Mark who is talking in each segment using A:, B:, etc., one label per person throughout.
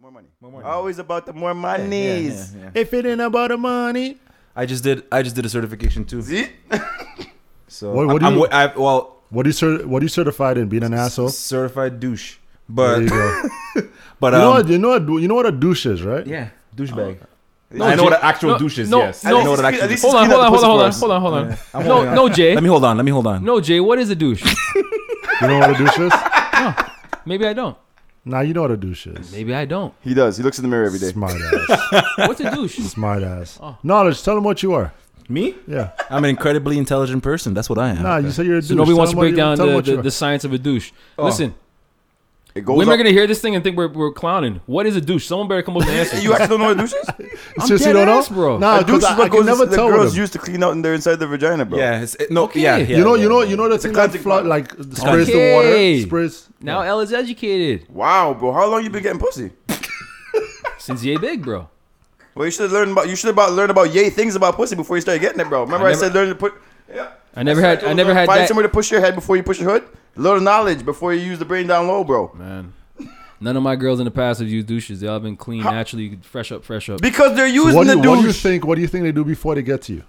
A: more money.
B: More money.
A: Always about the more monies.
B: yeah, yeah.
C: If it ain't about the money.
B: I just did. I just did a certification too.
A: See?
B: So
C: What- what do
B: I'm,
C: you-
B: wa- I, well,
C: What are you cer- what are you certified in? Being an asshole.
B: certified douche.
C: There
B: But
C: you go.
B: but
C: You know
B: um,
C: what? You know what? You know what a douche is, right?
B: yeah, douchebag.
A: No,
B: I know
D: Jay-
B: what an actual
D: no,
B: douche is.
D: no,
B: yes,
D: no.
B: I know what an
A: At
B: actual
A: least-
B: douche.
D: Hold on,
A: Clean
D: hold
A: up
D: on,
A: the
D: hold on, hold on,
A: pussy
D: hold on, hold on.
B: I'm
D: No,
B: holding on.
D: no, Jay.
B: Let me hold on. Let me hold on.
D: No, Jay. What is a douche?
C: You know what a douche is?
D: Maybe I don't.
C: Nah, you know what a douche is.
D: Maybe I don't.
A: He does. He looks in the mirror every day.
C: Smart ass.
D: What's a douche?
C: Smart ass. Knowledge. Tell them what you are.
B: Me?
C: Yeah.
B: I'm an incredibly intelligent person. That's what I am.
C: Nah, you say you're a douche.
D: So nobody
C: Tell
D: wants to
C: them
D: break
C: what-
D: down
C: tell them
D: the,
C: what you
D: the,
C: are.
D: the science of a douche. Listen,
A: It goes
D: women are
A: up-
D: gonna hear this thing and think we're, we're clowning. What is a douche? Someone better come up with an answer.
A: You actually don't know what a douche is?
C: You
D: I'm
C: seriously
D: dead
C: don't know?
D: ass, bro.
C: Nah,
A: a douche
C: dude,
A: is
C: I, I
A: what
C: can
A: goes
C: never
A: the
C: tell with
A: girls
C: them.
A: used to clean out in their inside the vagina, bro.
B: Yeah. It's, it, no.
D: Okay.
B: Yeah, yeah.
C: you know,
B: yeah,
C: you know,
B: yeah.
C: you know the thing that
A: cleansing
C: fly,
A: product.
C: like sprays
D: Okay.
C: the water, sprays.
D: now Elle is educated
A: Wow, bro. How long you been getting pussy?
D: since yay big, bro.
A: Well, you should learn about you should about learn about yay things about pussy before you start getting it, bro. Remember I,
D: never-
A: said learn to put. Yeah.
D: I never had.
A: said
D: I never had
A: Find
D: that.
A: somewhere to push your head before you push your hood. Little knowledge before you use the brain down low, bro.
D: Man, none of my girls in the past have used douches. They all been clean, naturally, fresh up, fresh up.
A: Because they're using
C: What do,
A: the
C: you,
A: douche.
C: what do you think? What do you think they do before they get to you?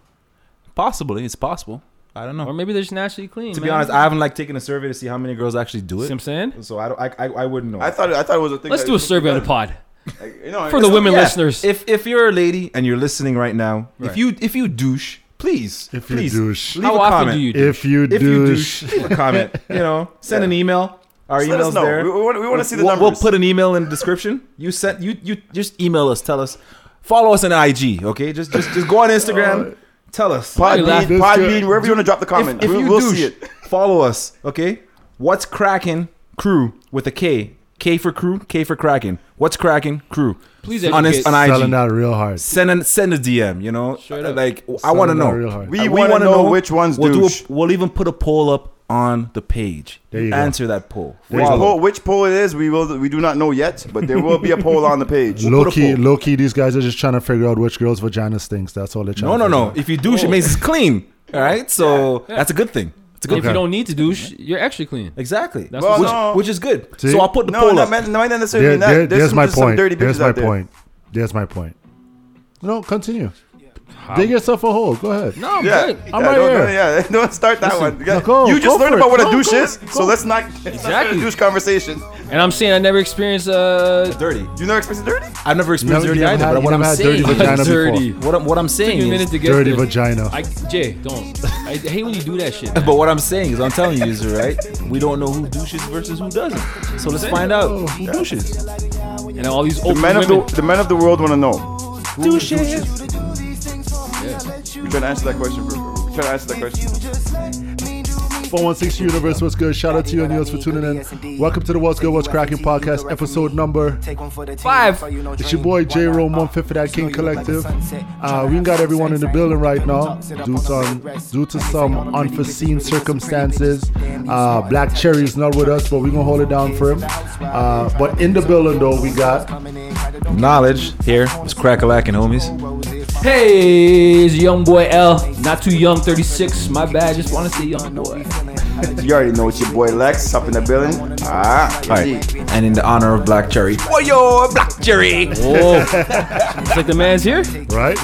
B: Possibly, it's possible. I don't know.
D: Or maybe they're just naturally clean.
B: to be
D: man.
B: honest, I haven't like taken a survey to see how many girls actually do
D: See what I'm
B: it.
D: saying?
B: So I don't. I, I, I wouldn't know.
A: I thought I thought it was a thing.
D: Let's
A: that-
D: do a survey on the pod
A: Like, you know,
D: for the
A: it's-
D: women
B: Yeah,
D: listeners.
B: If if you're a lady and you're listening right now,
D: Right.
B: if you if you douche, please,
C: If you
B: please,
C: douche.
B: leave
D: How
B: a
D: often
B: comment.
D: do you douche?
C: If you
B: If you douche,
C: douche,
B: leave a comment. You know, send an email. Our
A: Just let
B: email's
A: us know.
B: there.
A: We, want, we want to see the
B: we'll,
A: numbers.
B: we'll put an email in the description. You sent you you just email us. Tell us. Follow us on IG. Okay, just just just go on Instagram. Tell us.
D: Probably laugh-
A: Podbean,
C: this
A: Podbean,
C: guy-
A: wherever you want to drop the comment.
B: If, if
A: we,
B: you
A: will
B: douche,
A: see it.
B: follow us, okay? What's cracking crew with a K? K for crew, K for cracking. What's cracking crew?
D: Please
B: on,
D: educate.
B: Inst- on
C: selling
B: IG.
C: that real hard.
B: Send a, send a DM, you know?
D: Straight up.
B: Like I want to
C: Selling
B: know.
C: that real hard.
A: We,
B: I-
A: want to
B: wanna
A: know, which one's
B: we'll do a-
A: douche.
B: we'll even put a poll up on the page.
C: There you go.
B: Answer that poll.
A: Which
B: Follow.
A: poll, which poll it is, we will we do not know yet, but there will be a poll on the page.
C: Low
B: put a
C: key,
B: poll.
C: low key, these guys are just trying to figure out which girl's vagina stinks. That's all they're trying.
B: No, no,
C: to
B: no.
C: figure
B: If you douche, it means it's clean. All right? So that's a good thing. It's a
D: if
B: good
D: you
B: thing.
D: don't need to douche, you're actually clean.
B: Exactly.
D: That's Well,
B: which,
A: no.
B: which is good.
C: See?
B: So I'll put the
A: No,
B: poll
A: not,
B: up.
A: man, not
C: out.
A: necessarily
C: There,
A: not.
C: there,
A: there's
C: there's
A: some,
C: my
A: there's some
C: point.
A: dirty
C: There's
A: bitches
C: my
A: out there.
C: point. There's my point. No, continue. Dig yourself a hole. Go ahead.
D: No, I'm
A: Yeah,
D: good.
A: yeah,
C: I'm right
A: don't,
C: here.
A: don't- yeah, don't start that one. You, got-
C: go-
A: you just
C: go
A: learned
C: for
A: about
C: it.
A: what a
C: Go,
A: douche
C: go,
A: is, so let's not exactly
D: Exactly.
A: douche conversation.
D: And I'm saying I never experienced uh
B: Dirty.
A: You never experienced dirty?
B: I've never
C: You never,
B: experienced
C: you
B: dirty
C: never
B: either,
C: had,
B: but
C: you
B: what I'm
C: never had
B: saying,
C: dirty vagina
D: dirty.
C: before.
B: what I'm what I'm saying
D: Took you a
B: is,
D: minute to get
C: Dirty
D: there.
C: vagina.
D: I, Jay, don't. I hate when you do that shit.
B: But what I'm saying is, I'm telling you, user, right? We don't know who douches versus who doesn't. So let's find out who douches.
D: And all these
A: The
D: old
A: men
D: women.
A: of the, the men of the world want to know.
B: Douches.
A: We're trying to answer that question. Bro. We're trying to answer that question.
C: 416 Universe, what's good? Shout out to you and yours for tuning in. Welcome to the What's Good, What's Cracking podcast, episode number.
D: Five.
C: It's your boy J. Rome, one fifth of that King Collective. Uh, we got everyone in the building right now due to, due to some unforeseen circumstances. Uh, Black Cherry is not with us, but we're going to hold it down for him. Uh, but in the building, though, we got
B: Knowledge here. It's crack a lacking, homies.
D: Hey, it's young boy L. Not too young, 36. My bad. Just want to say young boy.
A: You already know it's your boy Lex up in the building. Ah,
B: All right. And in the honor of Black Cherry. yo, Black Cherry.
D: Whoa. it's like the man's here.
C: right.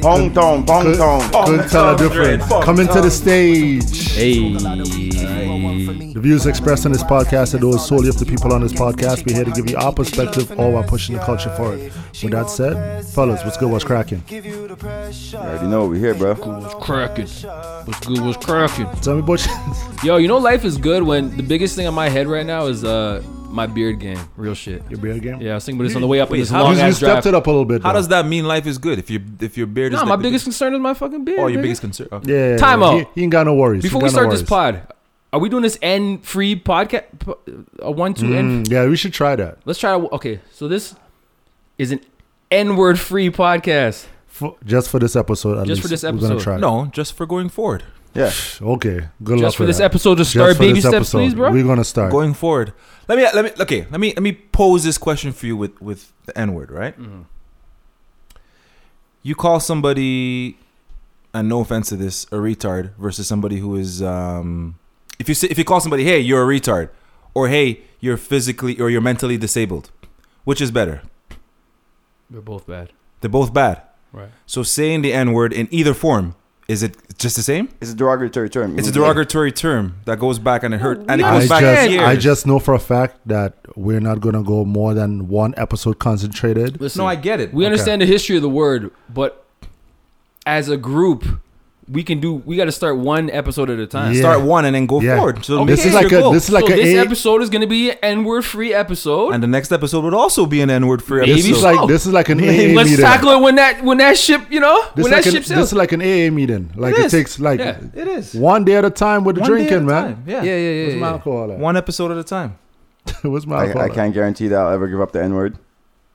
A: Pong tong, pong tong.
C: Couldn't tell a difference. Coming to the stage.
D: Hey.
C: The views expressed on this podcast are those solely of the people on this podcast. We're here to give you our perspective, all while pushing the culture forward. With that said, fellas, what's good? What's cracking?
A: You already know we here, bro.
D: What's cracking? What's good? What's cracking?
C: Tell me, Butch.
D: Yo, you know life is good when the biggest thing on my head right now is uh my beard game. Real shit.
C: Your beer game.
D: Yeah, I was thinking about this on the way up in this
B: how-
C: You,
D: long
C: you
D: ass drive.
C: stepped it up a little bit.
B: How
C: though.
B: does that mean life is good if your if your beard is
D: No,
B: like
D: my
B: the
D: biggest concern is my fucking beard.
B: Oh, your
D: nigga.
B: biggest concern. Okay.
C: Yeah, yeah, yeah.
D: Time
C: He-
D: out.
C: He, ain't got no worries.
D: Before
C: He
D: we
C: ain't got
D: start
C: no
D: this
C: worries.
D: pod, are we doing this end free podcast? po- A one, two, end.
C: Mm, yeah, we should try that.
D: Let's try. to- Okay, so this is an N word free podcast.
C: For, just for this episode, at
D: Just
C: least.
D: for this
C: We're gonna
D: episode.
C: try. it.
B: No, just for going forward.
A: Yeah.
C: Okay. Good luck
D: Just for this
C: that.
D: episode to
C: Just
D: start
C: for
D: baby
C: this
D: steps,
C: episode.
D: please, bro.
C: We're gonna start.
B: Going forward. Let me let me okay, let me let me pose this question for you with with the N word, right?
C: Mm-hmm.
B: you call somebody and no offense to this a retard versus somebody who is um if you say, if you call somebody hey you're a retard or hey you're physically or you're mentally disabled Which is better?
E: They're both bad.
B: They're both bad.
E: Right.
B: So saying the N word in either form, is it just the same?
A: It's a derogatory term.
C: Mm-hmm.
B: It's a derogatory term that goes back and it hurt and it
E: I
B: goes
C: I
B: back
C: just,
B: years.
C: I just know for a fact that we're not gonna go more than one episode concentrated.
D: Listen,
B: no, I get it.
D: we understand the history of the word, but as a group, we can do. We got to start one episode at a time.
C: Yeah.
B: start one and then go
C: Yeah. Oh,
B: forward. So make
C: This is
B: your
C: like a
B: goal.
C: this is like
D: so
C: a
D: this
C: eight-
D: episode is going to be an N-word free episode.
B: and the next episode would also be an N word for
D: Maybe
B: episode.
C: this is
D: so.
C: like this is like an AA
D: Let's
C: meeting.
D: tackle it when that when that ship, you know,
C: This
D: when
C: like
D: that
C: an,
D: ship
C: this
D: sails.
C: is like an AA meeting. Like
B: It
C: it,
B: is.
C: takes like
D: Yeah.
B: it is
C: one day at a time with the
B: One day at
C: drinking,
B: a
C: man.
B: time. Yeah.
D: yeah, yeah, yeah.
C: What's
D: yeah,
C: my
D: yeah.
C: alcohol? At?
B: one episode at a time.
C: What's my
A: I,
C: alcohol?
A: I
C: at?
A: can't guarantee that I'll ever give up the N word.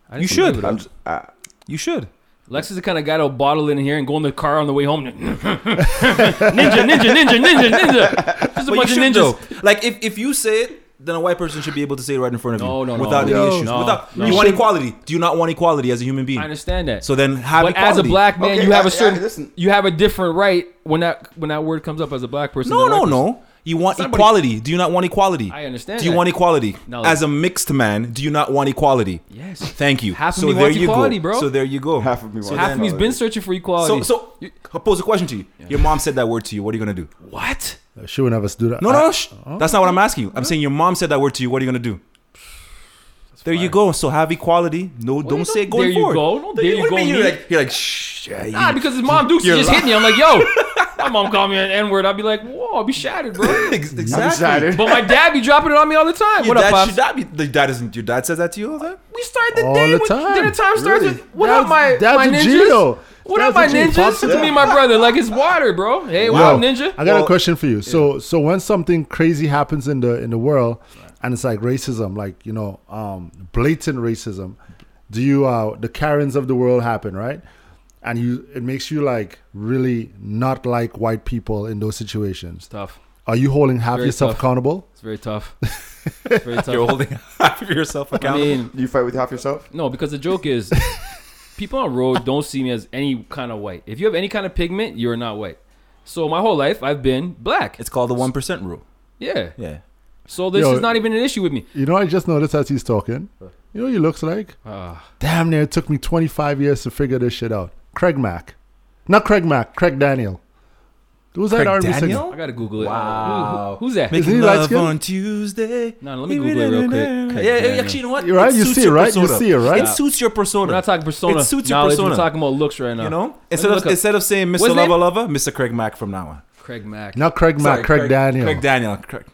D: I need
B: You
D: some
B: should.
D: liquid.
A: I'm just, I,
B: You should.
D: Lex is the kind of guy that'll bottle it in here and go in the car on the way home. ninja, ninja, ninja, ninja, ninja. Just a
B: But you
D: bunch of
B: should
D: ninjas.
B: though. Like if, if you say it, then a white person should be able to say it right in front of you.
D: No, no, no.
B: without
D: No,
B: any issues.
D: no,
B: without
D: no.
B: you want
D: You should-
B: equality. Do you not want equality as a human being?
D: I understand that.
B: So then have
D: but
B: equality.
D: as a black man,
A: Okay,
D: you have
A: I-
D: a certain,
A: I- listen.
D: you have a different right when that when that word comes up as a black person.
B: No,
D: than a
B: no,
D: white person.
B: no. You want equality. Do you not want equality?
D: I understand
B: Do you
D: that.
B: want equality?
D: No.
B: As a mixed man, do you not want equality?
D: Yes.
B: Thank you.
D: Half of
B: so
D: me
B: there
D: wants
B: you
D: equality,
B: go.
D: bro.
B: So there you go.
A: Half of me wants
D: Half of me's
A: Equality.
D: been searching for
B: So
D: equality.
B: so I'll pose a question to you. Your mom said that word to you. What are you gonna do?
D: what?
C: She would never do that.
B: No,
C: I-
B: no, sh- that's not what I'm asking you. I'm saying your mom said that word to you. What are you gonna do? There you go. So have equality. No, don't
D: you
B: say it
D: don't-
B: going
D: there you
B: forward.
D: go. No, there you
B: what do
D: go,
B: mean?
D: me.
B: You're like, you're like, shh. Yeah, you-
D: Nah, because his mom Dukes
B: You're
D: just
B: li-
D: hit me. I'm like, yo, my mom called me an N word. I'd be like, whoa, I'd be shattered, bro.
B: Ex-
A: I'm
B: exactly.
A: excited.
D: But my dad be dropping it on me all the time.
B: Your
D: What up,
B: dad,
D: pops?
B: should that be, the dad isn't. Your dad says that to you all the time.
D: We start the
C: All
D: day
C: the
D: with
C: time.
D: dinner time starts
C: Really?
D: with what
C: That's-
D: up my
C: that's
D: my
C: a
D: ninjas?
C: Gino.
D: What
C: That's
D: up my
C: a Gino.
D: ninjas?
C: Pops it
D: To me and my brother, like it's water, bro. Hey, what
C: Yo,
D: up, ninja?
C: I got
B: Well-
C: a question for you. So so when something crazy happens in the in the world and it's like racism, like you know, um blatant racism, do you uh the Karens of the world happen, right? And you it makes you like really not like white people in those situations.
D: tough.
C: Are you holding half
D: Very
C: yourself
D: tough.
C: accountable?
D: It's very tough. It's very tough.
B: You're holding half of yourself
D: I
B: accountable.
D: mean,
A: you fight with half yourself?
D: no, because the joke is, people on the road don't see me as any kind of white. If you have any kind of pigment, you're not white. So my whole life, I've been black.
B: it's called the one percent rule.
D: yeah.
B: Yeah.
D: So this
C: Yo.
D: is not even an issue with me.
C: You know, I just noticed as he's talking. You know, what he looks like.
D: Uh,
C: Damn near it took me 25 years to figure this shit out. Craig Mack, not Craig Mack, Craig Daniel. Who's that
B: Craig
C: R&B singer?
B: Daniel?
D: I gotta Google it.
B: Wow.
D: Who- who- who's that?
C: Is he
B: Making
C: light
B: love
C: skinned?
B: on Tuesday.
D: No, let me Google it real quick.
B: Yeah,
D: Craig
B: actually, you know what?
C: You're right, you
B: suits
C: see it,
B: your
C: right? You
B: persona.
C: see it, right?
B: It suits your persona.
D: We're not talking persona.
B: It suits your
D: knowledge,
B: persona.
D: We're talking about looks right now.
B: You know,
D: me
B: instead
D: look
B: of
D: up-
B: instead of saying
D: What's
B: Mr.
D: his name?
B: Lover Lover, Mr. Craig Mack from now on.
D: Craig Mack.
C: Not Craig Mack,
B: Sorry,
C: Craig, Daniel.
B: Craig
C: Craig,
B: Daniel. Craig.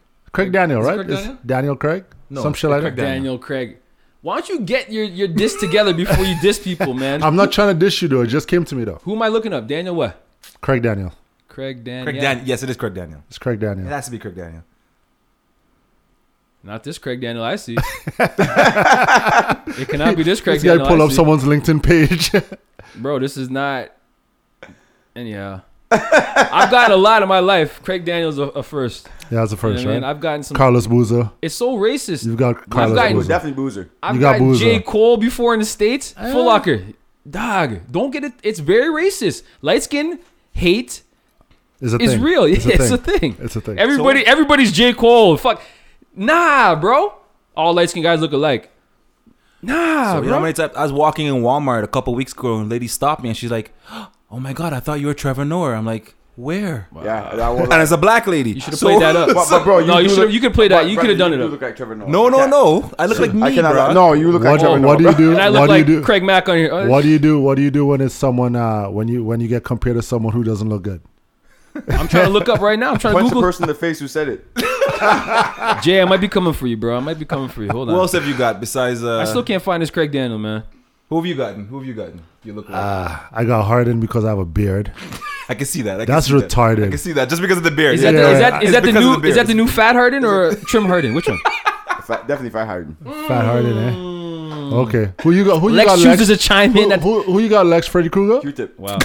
C: Daniel,
D: Is it
C: right?
D: Craig
C: Is
D: Daniel?
C: Daniel Craig?
B: No,
C: Some shit
B: it's
C: like
B: Craig
C: that.
B: Daniel.
D: Daniel Craig. Why don't you get your your diss together before you diss people, man?
C: I'm not trying to dish you though. It just came to me though.
D: Who am I looking up? Daniel what?
C: Craig Daniel.
D: Craig Daniel.
B: Craig Daniel. Yes, it is Craig Daniel.
C: It's Craig Daniel.
B: It has to be Craig Daniel.
D: Not this Craig Daniel I see. it cannot be this Craig
C: this guy
D: Daniel.
C: pull
D: I
C: up
D: see.
C: someone's LinkedIn page.
D: Bro, this is not. Anyhow, I've gotten a lot in my life. Craig Daniel's a, a first.
C: yeah, that's the
D: You know
C: first
D: what I mean?
C: right.
D: I've gotten some.
C: Carlos Boozer.
D: it's so racist.
C: You've got
D: I've
C: Carlos
D: gotten-
A: Boozer.
C: Boozer.
A: Definitely Boozer.
D: I've
C: You got
D: gotten
C: Boozer.
D: J. Cole before in the States. Full Locker. Dog, don't get it. It's very racist. Light skin, hate
C: It's a
D: is
C: thing.
D: real. It's, a thing.
C: It's a thing.
D: Everybody, everybody's J. Cole. Fuck. Nah, bro. All light skinned guys look alike. Nah,
B: So, you know how
D: bro.
B: many times I was walking in Walmart a couple weeks ago and a lady stopped me and she's like, "Oh my God, I thought you were Trevor Noah." I'm like, "Where?"
A: Yeah, that was
B: And it's a black lady.
D: you should have
B: So-
D: played that up.
A: but, but bro, you
D: no, you
A: do
D: should.
A: look-
D: You could play that.
A: but
D: You
A: bro,
D: could have done it.
A: do
D: Up.
A: look like Trevor Noah.
B: No, no,
A: Yeah.
B: no. I look like me,
A: I cannot.
B: bruh.
A: No, you look like
C: What,
A: Trevor Noah.
C: what do you do?
D: And I
C: what
D: look
C: do you
D: like
C: do?
D: Craig Mack on here. Oh,
C: What do you do? What do you do when it's someone uh, when you when you get compared to someone who doesn't look good?
D: I'm trying to look up right now. I'm trying to
A: Punch the
D: Google.
A: person in the face who said it.
D: Jay, I might be coming for you, bro. I might be coming for you. Hold on.
B: Who else have you got besides? Uh,
D: I still can't find this Craig Daniel, man.
B: Who have you gotten? Who have you gotten? You look. Like.
C: I got hardened because I have a beard.
B: I can see that. I can
C: That's
B: see that.
C: retarded.
B: I can see that just because of the beard.
D: Is that the, is that, is
B: It's
D: that the
B: because
D: new
B: of the
D: is that
B: beard.
D: the new fat Harden or trim Harden? Which one?
A: Fat, definitely Fat Harden.
C: Fat hardened, eh? Okay. Who you got? Who you
D: Mm. Lex
C: got?
D: chooses to chime in.
C: who,
D: At,
C: who, who you got? Lex Freddy Krueger.
A: Q-tip.
D: wow,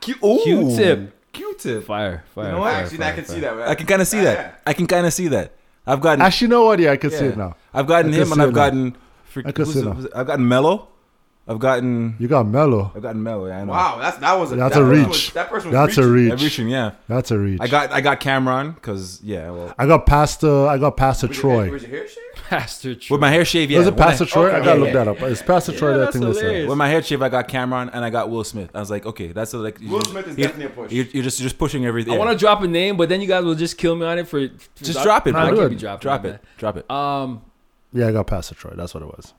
B: Q- ooh.
D: Q-tip.
B: Q-tip.
D: fire, fire.
B: You know what?
D: fire,
A: Actually,
D: fire,
A: I can
D: fire.
A: see that.
B: I can kind of see that. I can kind of see that. I've gotten.
C: Actually, you know what? Yeah, I can see it now.
B: I've gotten
C: I
B: him,
C: can
B: and
C: see
B: I've
C: it now.
B: gotten. Freak,
C: I can
B: who's
C: see
B: the-
C: it now.
B: who's the- I've gotten Mello. I've gotten
C: You got mellow.
B: I've gotten mellow. Yeah, I know.
A: Wow, that's that was a
C: That's
A: that,
C: a
A: that
C: reach.
A: was- that person was
C: That's a
A: reaching.
B: I'm
C: reach.
B: reaching. Yeah,
C: That's a reach.
B: I got I got Cameron because yeah. Well,
C: I got Pastor. I got Pastor
A: Was your hair-
C: Troy.
A: was your hair shaved?
D: Pastor Troy.
B: with my hair shave, yeah.
C: Was it
B: when I-
C: Pastor Troy? I
A: okay,
C: gotta
A: yeah,
C: look that up. It's Pastor Troy that I
D: that's
C: think they said.
D: hilarious.
B: With my head shave, I got Cameron and I got Will Smith. I was like, okay, that's a, like
A: Will Smith is definitely a push.
B: You're, you're just you're just pushing everything.
D: I
B: yeah.
D: want to drop a name, but then you guys will just kill me on it for.
B: just drop it, bro.
D: I can't
C: good.
D: be dropping
B: Drop
D: it,
B: it, drop it.
D: man. Um.
C: Yeah, I got Pastor Troy. That's what it was.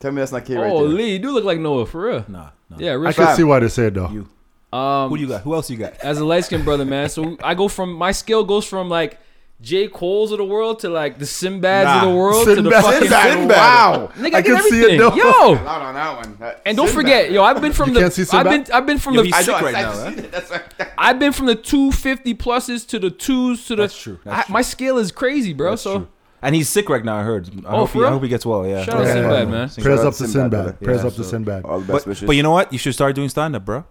A: Tell me that's not K right
D: Oh,
A: there.
D: Lee, you do look like Noah for real.
B: Nah, nah.
D: Yeah,
C: I
D: real.
C: can
A: Fam.
C: see why they said though.
B: You-
D: Um,
B: Who do you got? Who else you got?
D: as a light skinned brother, man. So I go from my scale goes from like J. Cole's of the world to like the Sinbads of
B: Nah.
D: the world to the
C: Sinbad.
D: fucking
C: Sinbad.
A: Wow.
D: Nigga,
C: I
D: I,
C: can
D: can
C: see it,
D: everything.
C: though.
D: Yo,
A: Loud on that one. That-
D: and don't
A: Sinbad.
D: forget, yo, I've been from
C: You
D: the
C: can't see
D: I've
C: Sinbad?
D: been I've been from
B: Yo,
D: the
B: he's
A: I
B: sick
A: know. eh?
B: right
A: I,
B: now,
A: I,
B: huh?
A: that's right.
D: I've been from the 250 pluses to the twos to the
B: That's true. That's
D: I-
B: true.
D: my scale is crazy, bro.
B: That's
D: so
B: true. and he's sick right now. I heard. I, hope,
D: for
B: he,
D: real?
B: I hope he gets well. Yeah.
D: Shout out
B: Yeah.
D: Sinbad, man.
A: Sinbad.
C: Prayers up to
A: Sinbad,
C: Sinbad.
A: brother.
C: Prayers
B: Yeah,
C: up to
B: so-
C: Sinbad.
A: All the best
B: But,
A: wishes.
B: but you know what? You should start doing stand up, bro.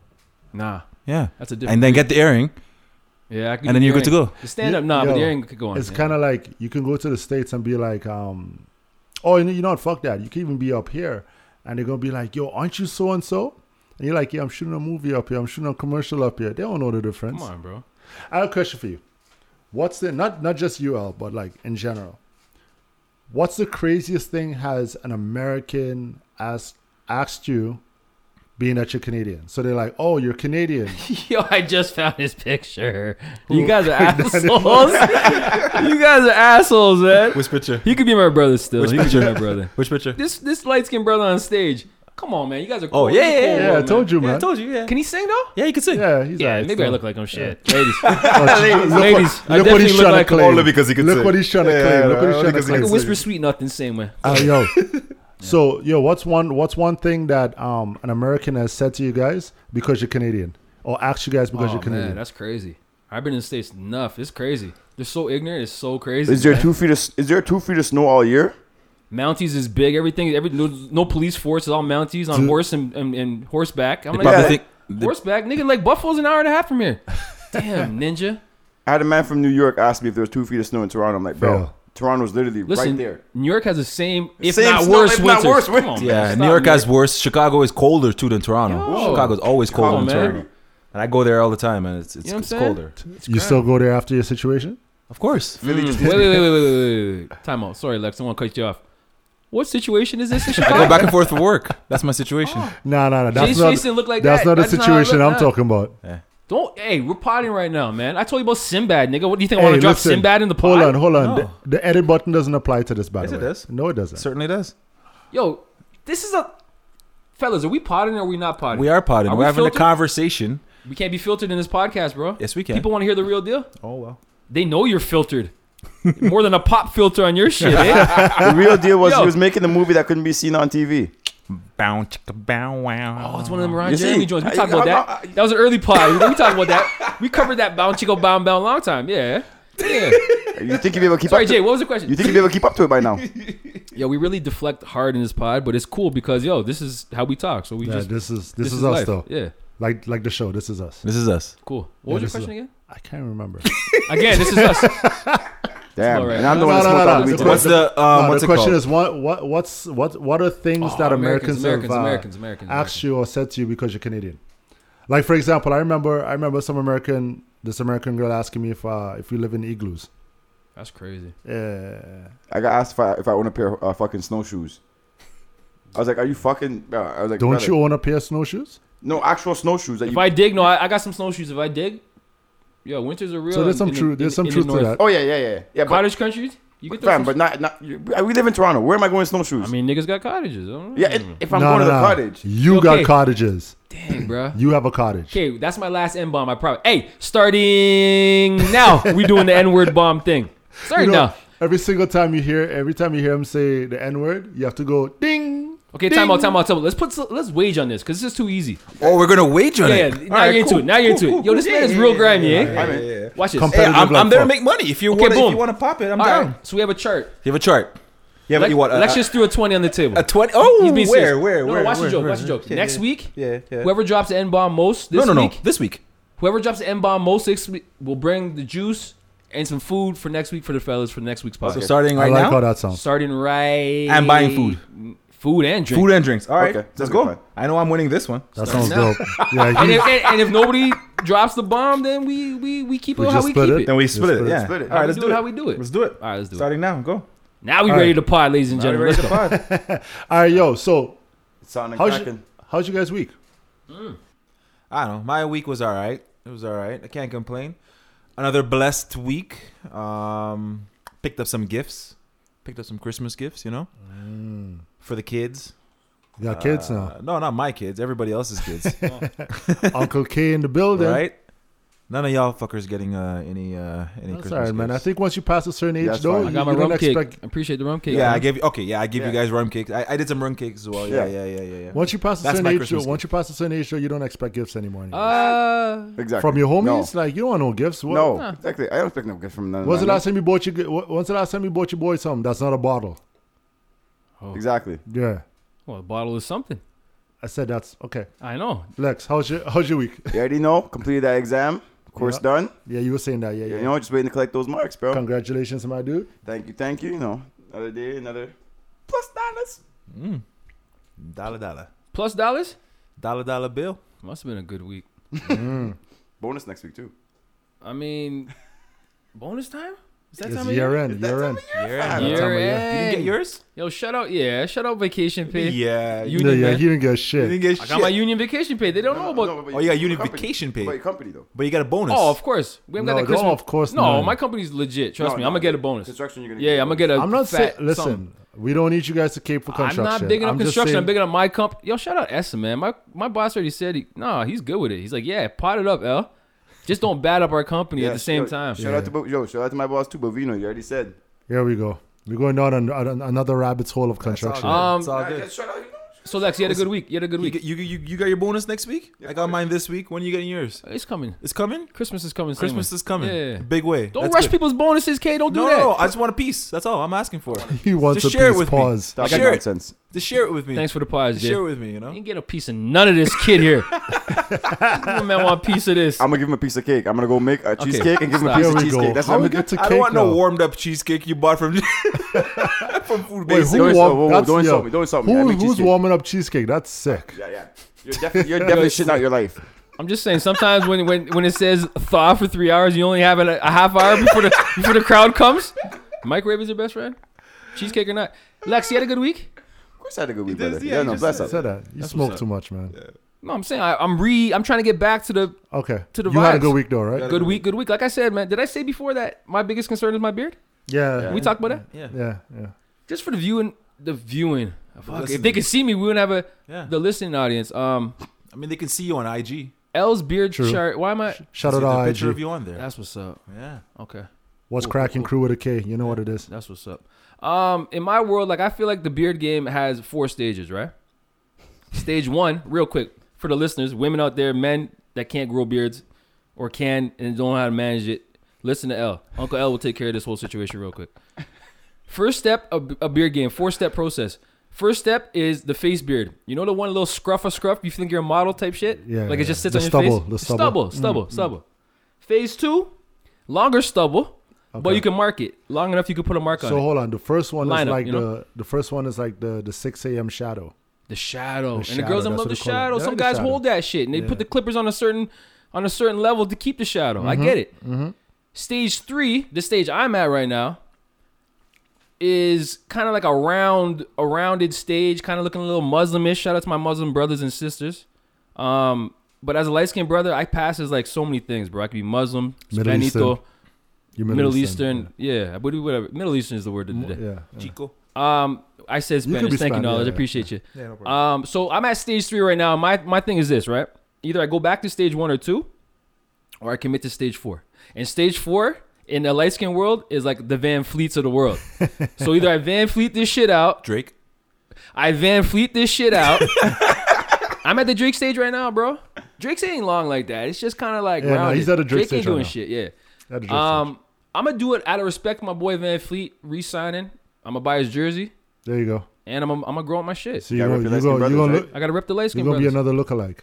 D: nah,
B: Yeah.
D: that's a different.
B: And then get the airing,
D: yeah, I
B: and
D: could do
B: then
D: the
B: you're good to
D: earring.
B: go.
D: The stand up, nah, but the
C: Yo,
D: earring could go on.
C: It's
D: yeah.
C: kind of like you can go to the states and be like, um, oh, you know, you know what? Fuck that. You can even be up here, and they're gonna be like, yo, aren't you so and so? And you're like, yeah, I'm shooting a movie up here. I'm shooting a commercial up here. They don't know the difference.
D: Come on, bro.
C: I have a question for you. What's the not not just you Al, but like in general? What's the craziest thing has an American asked asked you, being that you're Canadian? So they're like, oh, you're Canadian.
D: Yo, I just found his picture. You guys are assholes. you guys are assholes, man.
B: Which picture?
D: He could be my brother still.
B: Which
D: he could be my brother.
B: Which picture?
D: This this light skinned brother on stage. Come on, man. You guys are cool.
B: Oh yeah,
D: You're
B: yeah,
D: cool,
B: yeah.
D: bro,
C: yeah, I
D: man.
C: told you,
B: Yeah,
C: man.
B: I told you. Yeah.
D: Can he sing though?
B: yeah, you can sing.
C: yeah, he's
D: Yeah,
C: alright,
D: maybe
C: so-
D: I look like him. Shit, ladies.
C: Look what-
D: Ladies, I
C: look what he's trying
D: definitely look
C: to
D: like him.
C: claim.
A: Only because he could
C: Look
A: sing.
C: what he's trying to
A: Yeah,
C: claim. Look what he's
A: only
C: trying to
A: because he
C: claim.
A: can
D: Whisper sweet nothing, same way.
C: Uh, yo. So yo, what's one what's one thing that um an American has said to you guys because you're Canadian, or asked you guys because
D: Oh,
C: you're Canadian?
D: man, that's crazy. I've been in the states enough. It's crazy. They're so ignorant. It's so crazy.
A: Is there
D: man.
A: two feet of is there two feet of snow all year?
D: Mounties is big. Everything, every no, no police force. It's all Mounties on
C: Dude.
D: horse and, and, and horseback. I'm
B: Probably
A: Yeah.
D: like,
B: think.
D: horseback, nigga. Like Buffalo's an hour and a half from here. Damn, ninja.
A: I had a man from New York ask me if there was two feet of snow in Toronto. I'm like, bro,
C: Yeah.
A: Toronto's literally
D: Listen,
A: right there.
D: New York has the same, if
A: Same
D: not
A: snow,
D: worse,
A: if not
D: winters.
A: worse
D: Come on,
A: winters.
D: man.
B: Yeah,
D: It's
B: New
D: not
B: York has worse. Chicago is colder too than Toronto.
D: Yo.
B: Chicago's always colder
A: Come
B: than
A: on, man.
B: Toronto. And I go there all the time, and it's it's,
D: You know what
B: it's
D: I'm saying?
B: colder.
C: you still go there after your situation?
B: Of course.
A: Philly just
D: Wait, wait, wait, wait, wait, wait, wait, wait. Time out. Sorry, Lex. I want to cut you off. What situation is this in
B: I go
D: Chicago?
B: back and forth for work. That's my situation.
D: Ah.
C: No, no, no. That's
D: Jason
C: not.
D: Jason looked like
C: that's
D: that.
C: not the
D: how I
C: situation
D: look.
C: I'm
D: Nah.
C: talking about.
D: Don't. Hey, we're potting right now, man. I told you about Sinbad, nigga. What do you think? I want
C: Hey,
D: to drop
C: listen,
D: Oh, Sinbad in the pod?
C: Hold on, hold on.
B: No.
C: The, the edit button doesn't apply to this, by
B: Yes,
C: the
B: it
C: way.
B: does.
C: No, it doesn't.
B: Certainly does.
D: Yo, this is a. Fellas, are we potting or are we not potting?
B: We are potting.
D: Are
B: We're
D: we
B: having a
D: filtered?
B: conversation.
D: We can't be filtered in this podcast, bro.
B: Yes, we can.
D: People want to hear the real deal.
B: oh well.
D: They know you're filtered. More than a pop filter on your shit, eh?
A: the real deal was
D: Yo.
A: he was making a movie that couldn't be seen on TV.
B: Bow chicka bow wow.
D: Oh, it's one of them Ron
A: You
D: Jeremy
A: see?
D: joints. We
A: I-
D: talked about
A: I-
D: that.
A: I-
D: that was an early pod. We talked about that. We covered that bound chico bound bound long time. Yeah. Yeah.
A: You think you'd be able to keep
D: Sorry,
A: up? To,
D: Jay. What was the question?
A: you think you'd be able to keep up to it by now?
D: Yo, we really deflect hard in this pod, but it's cool because yo, this is how we talk. So we
C: Yeah,
D: just
C: this is this, is, us
D: life.
C: though.
D: Yeah.
C: Like like the show. This is us.
B: This is us.
D: Cool.
C: Yeah,
D: What was
C: this
D: your
C: is
D: question again?
C: I can't remember.
D: Again, this is us.
A: Damn,
D: all right.
A: and I'm the one
C: No,
A: that
C: no,
A: smoked
C: no,
A: all
C: no,
A: the weed
C: it's
A: today.
C: okay.
B: What's the um,
C: No,
B: what's
C: the
B: it called?
C: question is what what what's what what are things
D: Oh,
C: that Americans,
D: Americans,
C: have, uh,
D: Americans, Americans,
C: asked you or said to you because you're Canadian? Like for example, I remember I remember some American this American girl asking me if uh, if we live in igloos. Uh,
D: That's crazy.
C: Yeah.
A: I got asked if I, if I own a pair of uh, fucking snowshoes. I was like, "Are you fucking?" bro?" I was like,
C: Don't
A: "Brother,
C: you own a pair of snowshoes?
A: No, actual snowshoes that
D: If
A: you.
D: I dig, no, I, I got some snowshoes. If I dig, yo, winters are real.
C: So there's
D: in-
C: some
D: in the-
C: truth.
D: in-
C: there's some
D: in the
C: truth to
D: north.
C: that.
A: oh yeah, yeah, yeah, yeah. But,
D: Cottage countries, you get those.
A: fam, but not not. you- We live in Toronto. Where am I going with snowshoes?
D: I mean, niggas got cottages. I don't know.
A: yeah, if- if I'm going to the cottage.
C: You
D: Okay.
C: got cottages.
D: dang, bro.
C: You have a cottage.
D: Okay, that's my last N bomb. I probably. Hey, starting now, we doing the N word bomb thing. Sorry
C: You know,
D: now.
C: Every single time you hear, every time you hear him say the N word, you have to go ding.
D: Okay, time out, time out, time out. Let's put some- let's wage on this because this is too easy.
B: Oh, we're gonna wager on
D: Yeah, yeah.
B: it.
D: now you're into it. Now you're into it. Yo, this man is real grimy, eh? Watch this.
C: Compa-
B: Hey, I'm,
C: Competitive
B: I'm there to
C: like
B: make money. If you
D: Okay,
B: want, if
D: boom.
B: you want to pop it, I'm
D: All
B: down.
D: right, so we have a chart.
B: You have a chart. Yeah, but
D: Lex,
B: you want a,
D: Lex
B: a-
D: just threw a twenty on the table.
B: a twenty. Oh,
D: He's being
B: where,
D: serious.
B: where,
D: No,
B: where?
D: no, watch
B: where,
D: the joke.
B: where?
D: Watch the joke.
B: Yeah,
D: Next
B: yeah.
D: week,
B: Yeah, yeah.
D: whoever drops the N bomb most this
B: no, no,
D: week,
B: no. This week.
D: whoever drops the N bomb most this week will bring the juice and some food for next week for the fellas for next week's podcast.
B: So starting
C: I
B: right
C: like
B: now.
C: how that sounds.
D: Starting right.
B: And buying food.
D: Food and drink.
B: Food and drinks. All right,
A: Okay,
B: let's
A: okay,
B: go.
A: fine.
B: I know I'm winning this one.
C: That sounds dope. Yeah,
D: And
C: he,
D: if, and, and if nobody drops the bomb, then we we, we keep it
C: We
D: how
C: just
D: we
C: split
D: keep
C: it.
D: it.
B: Then we split
C: split
B: it.
C: it.
B: Yeah.
A: Split it.
B: All
D: How
B: right,
D: we
B: let's
D: do
B: do
D: it,
B: it.
D: how we do it.
B: Let's do it.
D: All right, let's do
B: Starting now. Go.
D: it. Now we
B: All
D: ready
B: right.
D: to pod, ladies and
B: All right,
D: gentlemen.
B: ready
D: Let's
B: to
D: go.
B: pod.
C: all right, yo. So
A: It's sounding
C: how's
A: cracking.
C: you, how's you guys week?
B: I don't know. My week was all right. It was all right. I can't complain. Another blessed week. Um, picked up some gifts. Picked up some Christmas gifts. You know,
D: Mm.
B: for the kids.
C: You got kids now.
B: Uh, no, not my kids. Everybody else's kids.
C: Uh, Uncle K in the building.
B: right? None of y'all fuckers getting uh, any uh, any
C: That's
B: Christmas
C: all right, man. I
B: gifts.
C: think once you pass a certain age,
A: That's fine.
C: though, you,
D: I
C: you
D: got my rum
C: don't
D: cake.
C: expect.
D: Appreciate the rum cake.
B: yeah, I
D: man.
B: gave you okay. Yeah, I give
A: Yeah.
B: you guys rum cakes. I, I did some rum cakes as well. Yeah,
A: Yeah.
B: yeah, yeah, yeah. yeah.
C: Once you pass a
B: That's
C: certain
B: my
C: age, though,
B: Christmas
C: once you pass a certain age, though, you don't expect gifts anymore. anymore.
D: Uh,
A: Exactly.
C: From your homies,
A: No,
C: like you don't want no gifts. What?
A: no
D: Nah.
A: exactly. I don't expect no gift from none. of
C: When's the
A: them.
C: last time you bought your? g- wh- When's the last time you bought your boy something that's not a bottle?
A: Exactly.
C: Yeah,
D: well, a bottle of something.
C: I said that's okay.
D: I know.
C: Lex, how's your how's your week?
A: You already know. Completed that exam. Course
C: Yeah.
A: done.
C: Yeah, you were saying that. Yeah, yeah.
A: You know, just waiting to collect those marks, bro.
C: Congratulations, my dude.
A: Thank you, thank you. You know, another day, another plus dollars.
B: dollar dollar
D: Plus dollars?
B: dollar dollar bill.
D: Must have been a good week.
A: Bonus next week too.
D: I mean, bonus time? Is that
C: It's
D: time of
C: year
D: year?
C: end. Year end. Ah,
B: Yeah,
D: Year
B: Tell me, yeah. You didn't
D: end.
B: get yours?
D: Yo, shout out. Yeah, shout out vacation pay.
B: Yeah, you
D: You-
C: Yeah,
D: Union,
C: yeah.
D: man.
C: He didn't get
B: didn't
C: shit.
B: get
D: I
B: shit.
D: got my union vacation pay. They don't know about.
A: but
B: Oh, you got union
A: company.
B: vacation pay.
A: But your company though.
B: but you got a bonus.
D: Oh, of course. We haven't
C: No,
D: got that
C: no,
D: Christmas.
C: of course
D: No,
C: not.
D: my company's legit. Trust
A: No,
D: me,
A: no,
D: I'm gonna get a bonus.
A: Construction, you're gonna.
D: Yeah,
A: get a
D: I'm gonna get a.
C: I'm not saying.
D: fat
C: Listen,
D: something.
C: we don't need you guys to cape for
D: I'm
C: construction.
D: not bigging up
C: I'm just
D: construction.
C: saying-
D: I'm bigging up my comp. Yo, shout out Essa, man. My my boss already said, he, nah, he's good with it. He's like, yeah, pot it up, L. Just don't bat up our company
A: Yeah,
D: at the same
A: yo,
D: time.
A: Shout out to Bo- yo, shout out to my boss too, Bovino. You already said.
C: Here we go. We're going down an, an, another rabbit's hole of construction.
D: all
B: it's all good.
A: shout out. You know,
D: So Lex, you had a good week. You had a good
B: You,
D: week.
B: get- you, you, you got your bonus next week? I got mine this week. When are you getting yours?
D: It's coming.
B: It's coming?
D: Christmas is coming. soon.
B: Christmas is coming.
D: Yeah.
B: Big way.
D: Don't
B: That's
D: rush
B: good.
D: people's bonuses, K. Don't do
B: No,
D: that.
B: no, no. I just want a piece. That's all I'm asking for.
C: He wants
B: Just
C: a
B: share it
C: piece.
B: with me.
C: pause.
A: stop
B: Share
A: that
B: it.
A: nonsense.
B: Just share it with me.
D: Thanks for the pies,
B: Just
D: Jay.
B: share it with me, you know?
D: You ain't get a piece of none of this kid here. you man want a piece of this.
A: I'm gonna give him a piece of cake. I'm gonna go make a cheesecake and give him a
D: stop.
A: piece
C: Here
A: of
C: we go.
A: cheesecake. That's what
C: How
A: I'm
C: we
A: gonna do.
C: get to cake
B: I don't want no
C: now?
B: warmed up cheesecake you bought from from Food
C: Wait,
B: Basics.
C: who
A: Don't
C: warm-
A: insult- whoa, whoa,
C: that's-
A: don't insult
C: yo,
A: me, don't insult me. I
C: Who,
A: make
C: who's
A: cheesecake.
C: warming up cheesecake? That's sick.
A: Yeah, yeah. You're definitely you're definitely shitting out your life.
D: I'm just saying. Sometimes when when when it says thaw for three hours, you only have it a, a half hour before the before the crowd comes. Microwave is your best friend. Cheesecake or not, Lex, you had a good week.
A: Of course, I had a good week,
B: does-
A: brother.
B: yeah,
A: Yeah,
B: he
A: no,
B: just
A: bless
B: said
A: up.
C: Say that. You smoke too much, man.
D: No, I'm saying I, I'm re. I'm trying to get back to the
C: Okay.
D: To the
C: you had a
D: vibes.
C: good week though, right?
D: good week. Good week. Like I said, man. Did I say before that my biggest concern is my beard?
C: Yeah.
D: We talked about that.
B: Yeah.
C: Yeah, yeah.
D: just for the viewing the viewing Fuck, if they
B: listening.
D: could see me we wouldn't have a
B: Yeah.
D: the listening audience um
B: I mean, they can see you on IG.
D: l's beard
C: True.
D: chart why am i
C: Shout
B: see the
C: out to
B: picture of
C: IG.
B: you on there.
D: that's what's up
B: Yeah.
D: okay
C: What's cracking crew with a K? You know what it is.
D: that's what's up um in my world like i feel like the beard game has four stages right stage one real quick for the listeners women out there men that can't grow beards or can and don't know how to manage it listen to l uncle l will take care of this whole situation real quick First step, a, a beard game. Four step process. First step is the face beard. You know the one little scruff a scruff. You think you're a model type shit.
C: Yeah,
D: Like
C: yeah,
D: it just
C: yeah.
D: sits
C: The
D: on your
C: stubble,
D: face.
C: the stubble. Mm.
D: stubble, stubble, stubble. Phase two, longer stubble, but
C: Okay.
D: you can mark it long enough. You can put a mark on
C: So
D: it.
C: hold on. The first one is
D: Lineup,
C: like
D: you
C: the
D: know?
C: the first one is like the the six a.m. shadow.
D: The shadow. and
C: shadow,
D: the girls don't
C: that's
D: love
C: what they call
D: the
C: it.
D: shadow.
C: Yeah,
D: Some
C: the
D: guys
C: shadow.
D: hold that shit and they put the clippers on a certain on a certain level to keep the shadow.
C: Mm-hmm.
D: I get it. Stage three, the stage I'm at right now, is kind of like a round, a rounded stage, kind of looking a little Muslim-ish. Shout out to my Muslim brothers and sisters. Um, but as a light-skinned brother, I pass as like so many things, bro. I could be Muslim,
C: Middle
D: Spanito,
C: Eastern.
D: Middle,
C: You
D: Eastern, yeah, I would- whatever. Middle Eastern is the word of the day.
C: Yeah. yeah.
B: Chico.
D: Um, I said
C: You could be
D: Spanish. Thank you,
C: Spanish,
D: knowledge.
C: yeah,
D: I appreciate you.
B: no problem.
D: um, so I'm at stage three right now. My my thing is this, right? Either I go back to stage one or two, or I commit to stage four. And stage four in the light skin world is like the Van Fleets of the world. so either I Van Fleet this shit out,
B: Drake.
D: I Van Fleet this shit out. I'm at the Drake stage right now, bro. Drake's ain't long like that. It's just kind of like
C: Yeah, no,
D: rounded.
C: he's at a Drake
D: ain't
C: stage right
D: doing
C: now.
D: shit. Yeah.
C: That'd just-
D: Um, I'm gonna do it out of respect. for My boy Van Fleet re-signing. I'm gonna buy his jersey
C: there you go.
D: and I'm I'm gonna grow up my shit.
C: So you're
A: gotta
C: gonna
A: rep
C: you're
A: your light-skinned
C: gonna, you're gonna,
A: brothers,
C: look,
D: I gotta rep the light
C: you're
D: skin
C: gonna be
D: brothers.
C: another lookalike.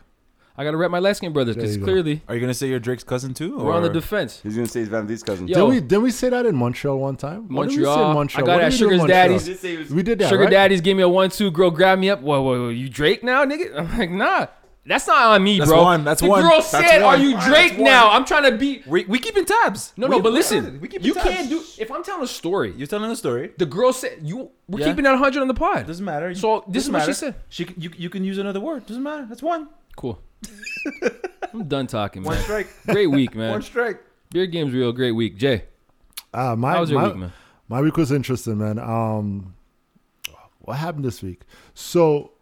D: I gotta rep my light skinned brothers
C: There
D: because
C: you go.
D: clearly
B: Are you gonna say you're Drake's cousin too?
D: we're on the
B: or-
D: defense.
A: He's gonna say he's Van V's cousin.
D: Yo,
C: did we did we say that in Montreal one time? What did we say in
D: Montreal. I got
C: What
D: at
C: did we do in
D: Sugar's
C: Montreal?
D: Daddy's.
C: We did that.
D: Sugar
C: right?
D: daddies give me a one two. Girl, grab me up. Whoa, whoa, whoa, you Drake now, nigga? I'm like, nah. That's not on me,
B: That's
D: bro.
B: one, that's
D: the
B: one,
D: girl
B: that's
D: said,
B: one.
D: "Are you
B: Alright,
D: Drake
B: that's one.
D: now?" I'm trying to be.
B: We we keeping tabs.
D: No, no,
B: We-
D: but listen,
B: we keeping
D: you
B: tabs.
D: can't do. If I'm telling a story,
B: You're telling a story.
D: the girl said, "You, we're
B: Yeah.
D: keeping that 100 on the pod."
B: Doesn't matter. You-
D: So, this is
B: doesn't
D: what she
B: matter.
D: said.
B: She c- you you can use another word. Doesn't matter. That's one.
D: Cool. I'm done talking,
B: One
D: man.
B: strike.
D: Great week,
B: one
D: man.
B: strike.
D: Beard game's real. Great week, Jay.
C: Uh, my,
D: How was your
C: my-
D: week, man?
C: My week was interesting, man. Um, what happened this week? So,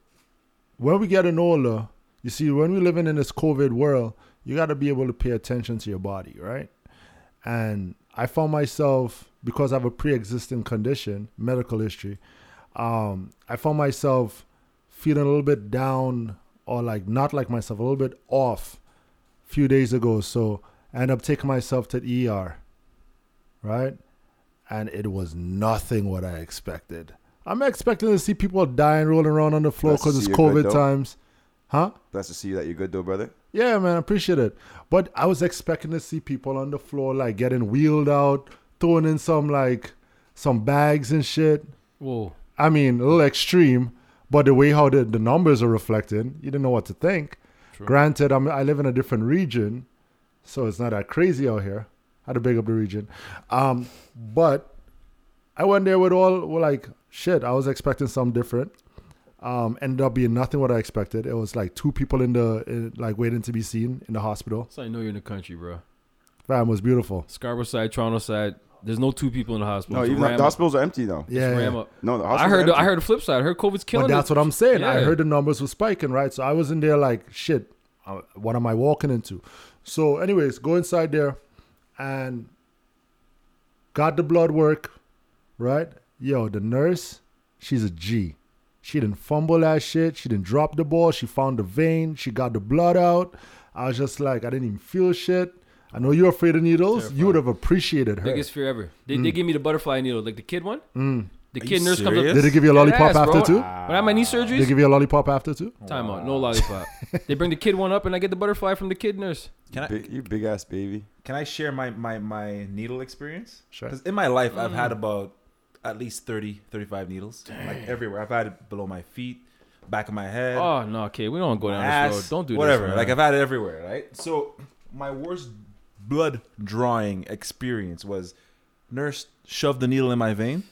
C: when we get older, you see, when we're living in this COVID world, you got to be able to pay attention to your body, right? And I found myself because I have a pre-existing condition, medical history. Um, I found myself feeling a little bit down or like not like myself, a little bit off a few days ago. So I ended up taking myself to the ER, right? and it was nothing what I expected. I'm expecting to see people dying, rolling around on the floor
A: Nice to
C: because
A: see
C: it's
A: you good,
C: COVID
A: though.
C: times, huh?
A: That's to see that you're good though, brother.
C: Yeah, man, I appreciate it. But I was expecting to see people on the floor like getting wheeled out, throwing in some like some bags and shit.
D: Whoa.
C: I mean, a little extreme, but the way how the, the numbers are reflected, you didn't know what to think. Granted, I'm, I live in a different region, so it's not that crazy out here. I had to big up the region. Um, but I went there with all, well, like, shit, I was expecting something different. Um, ended up being nothing what I expected. It was like two people in the, in, like, waiting to be seen in the hospital.
D: So I know you're in the country, bro.
C: Fam, it was beautiful.
D: Scarborough side, Toronto side. There's no two people in the hospital.
A: No,
D: It's
A: even
D: ram
A: the,
D: up.
A: the hospitals are empty now.
C: Yeah.
D: Ram up.
A: No, the
D: I
A: hospitals.
D: heard.
A: Are
D: The, I
A: empty.
D: heard the flip side. I heard COVID's killing.
C: But that's
D: it.
C: what I'm saying. I
D: Yeah.
C: heard the numbers were spiking, right? So I was in there like, shit, uh, what am I walking into? So, anyways, go inside there and got the blood work, right? Yo, the nurse, she's a G. She didn't fumble that shit. She didn't drop the ball. She found the vein. She got the blood out. I was just like, I didn't even feel shit. I know you're afraid of needles. You would have appreciated her.
D: Biggest fear ever. They,
C: Mm.
D: they give me the butterfly needle, like the kid one. The
B: Are
D: kid
B: you
D: nurse comes
B: serious?
D: up.
C: Did they give you a
D: Dead
C: lollipop
D: ass,
C: after
D: bro.
C: too?
D: When I had my knee surgeries,
C: Did they give you a lollipop after too?
D: time out, no lollipop. they bring the kid one up, and I get the butterfly from the kid nurse.
B: Can I
A: Big, you big ass baby.
B: can I share my my my needle experience?
C: Sure.
B: Because in my life, I've
D: Mm.
B: had about at least 30, 35 needles, like everywhere. I've had it below my feet, back of my head,
D: Oh no, okay, we don't go down
B: ass,
D: this road. Don't do
B: whatever.
D: This, man.
B: like I've had it everywhere, right? So my worst blood drawing experience was nurse shoved the needle in my vein,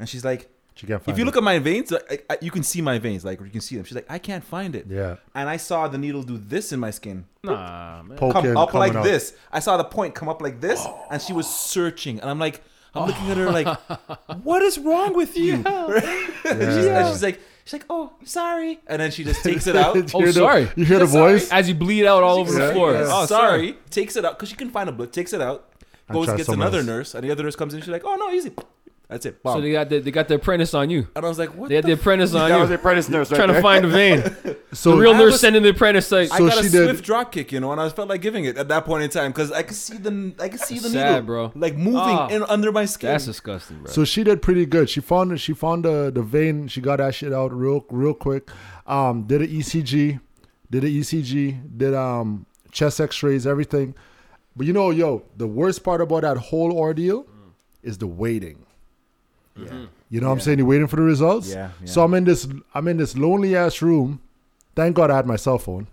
B: and she's like,
C: She can't
B: "If
C: find
B: you
C: it.
B: look at my veins, like, I- I- you can see my veins, like you can see them." She's like, "I can't find it."
C: Yeah.
B: And I saw the needle do this in my skin
D: nah, man.
C: Poke
B: come
C: in,
B: up
C: coming
B: like
C: out.
B: this. I saw the point come up like this, and she was searching, and I'm like, I'm looking at her like, what is wrong with you? Right? And she's, and she's like, she's like, oh, sorry, and then she just takes it out.
C: You hear the-
D: Oh, sorry.
C: You hear the
B: Sorry.
C: voice?
D: As you bleed out all over
B: She's
D: the
B: like,
D: floor.
C: yeah.
D: Oh,
B: sorry, takes it out because she couldn't find a blood. Takes it out,
C: And
B: goes
C: tries
B: gets
C: someone
B: another
C: else.
B: nurse, and the other nurse comes in. She's like, oh no, easy. That's it.
D: So
B: Bomb.
D: they got the, they got the apprentice on you.
B: and I was like, what?
D: They had
B: the
D: the apprentice on
A: That was the
D: you,
A: apprentice nurse right
D: trying to
A: there.
D: find a vein.
C: So
D: the real
B: I
D: nurse
B: was-
D: sending the apprentice like,
B: I
C: So
B: got a
C: she did-
B: swift drop kick, you know, and I felt like giving it at that point in time because I could see the I could see the
D: Sad,
B: needle,
D: bro.
B: like moving
D: Ah.
B: in under my skin.
D: that's disgusting, bro.
C: So she did pretty good. She found she found the the vein. She got that shit out real real quick. Um, did an ECG, did an ECG, did um chest X-rays, everything. But you know, yo, the worst part about that whole ordeal is the waiting.
B: Mm. Mm-hmm. Yeah.
C: You know what I'm saying? You're waiting for the results.
B: Yeah, yeah.
C: So I'm in this I'm in this lonely ass room. Thank God I had my cell phone.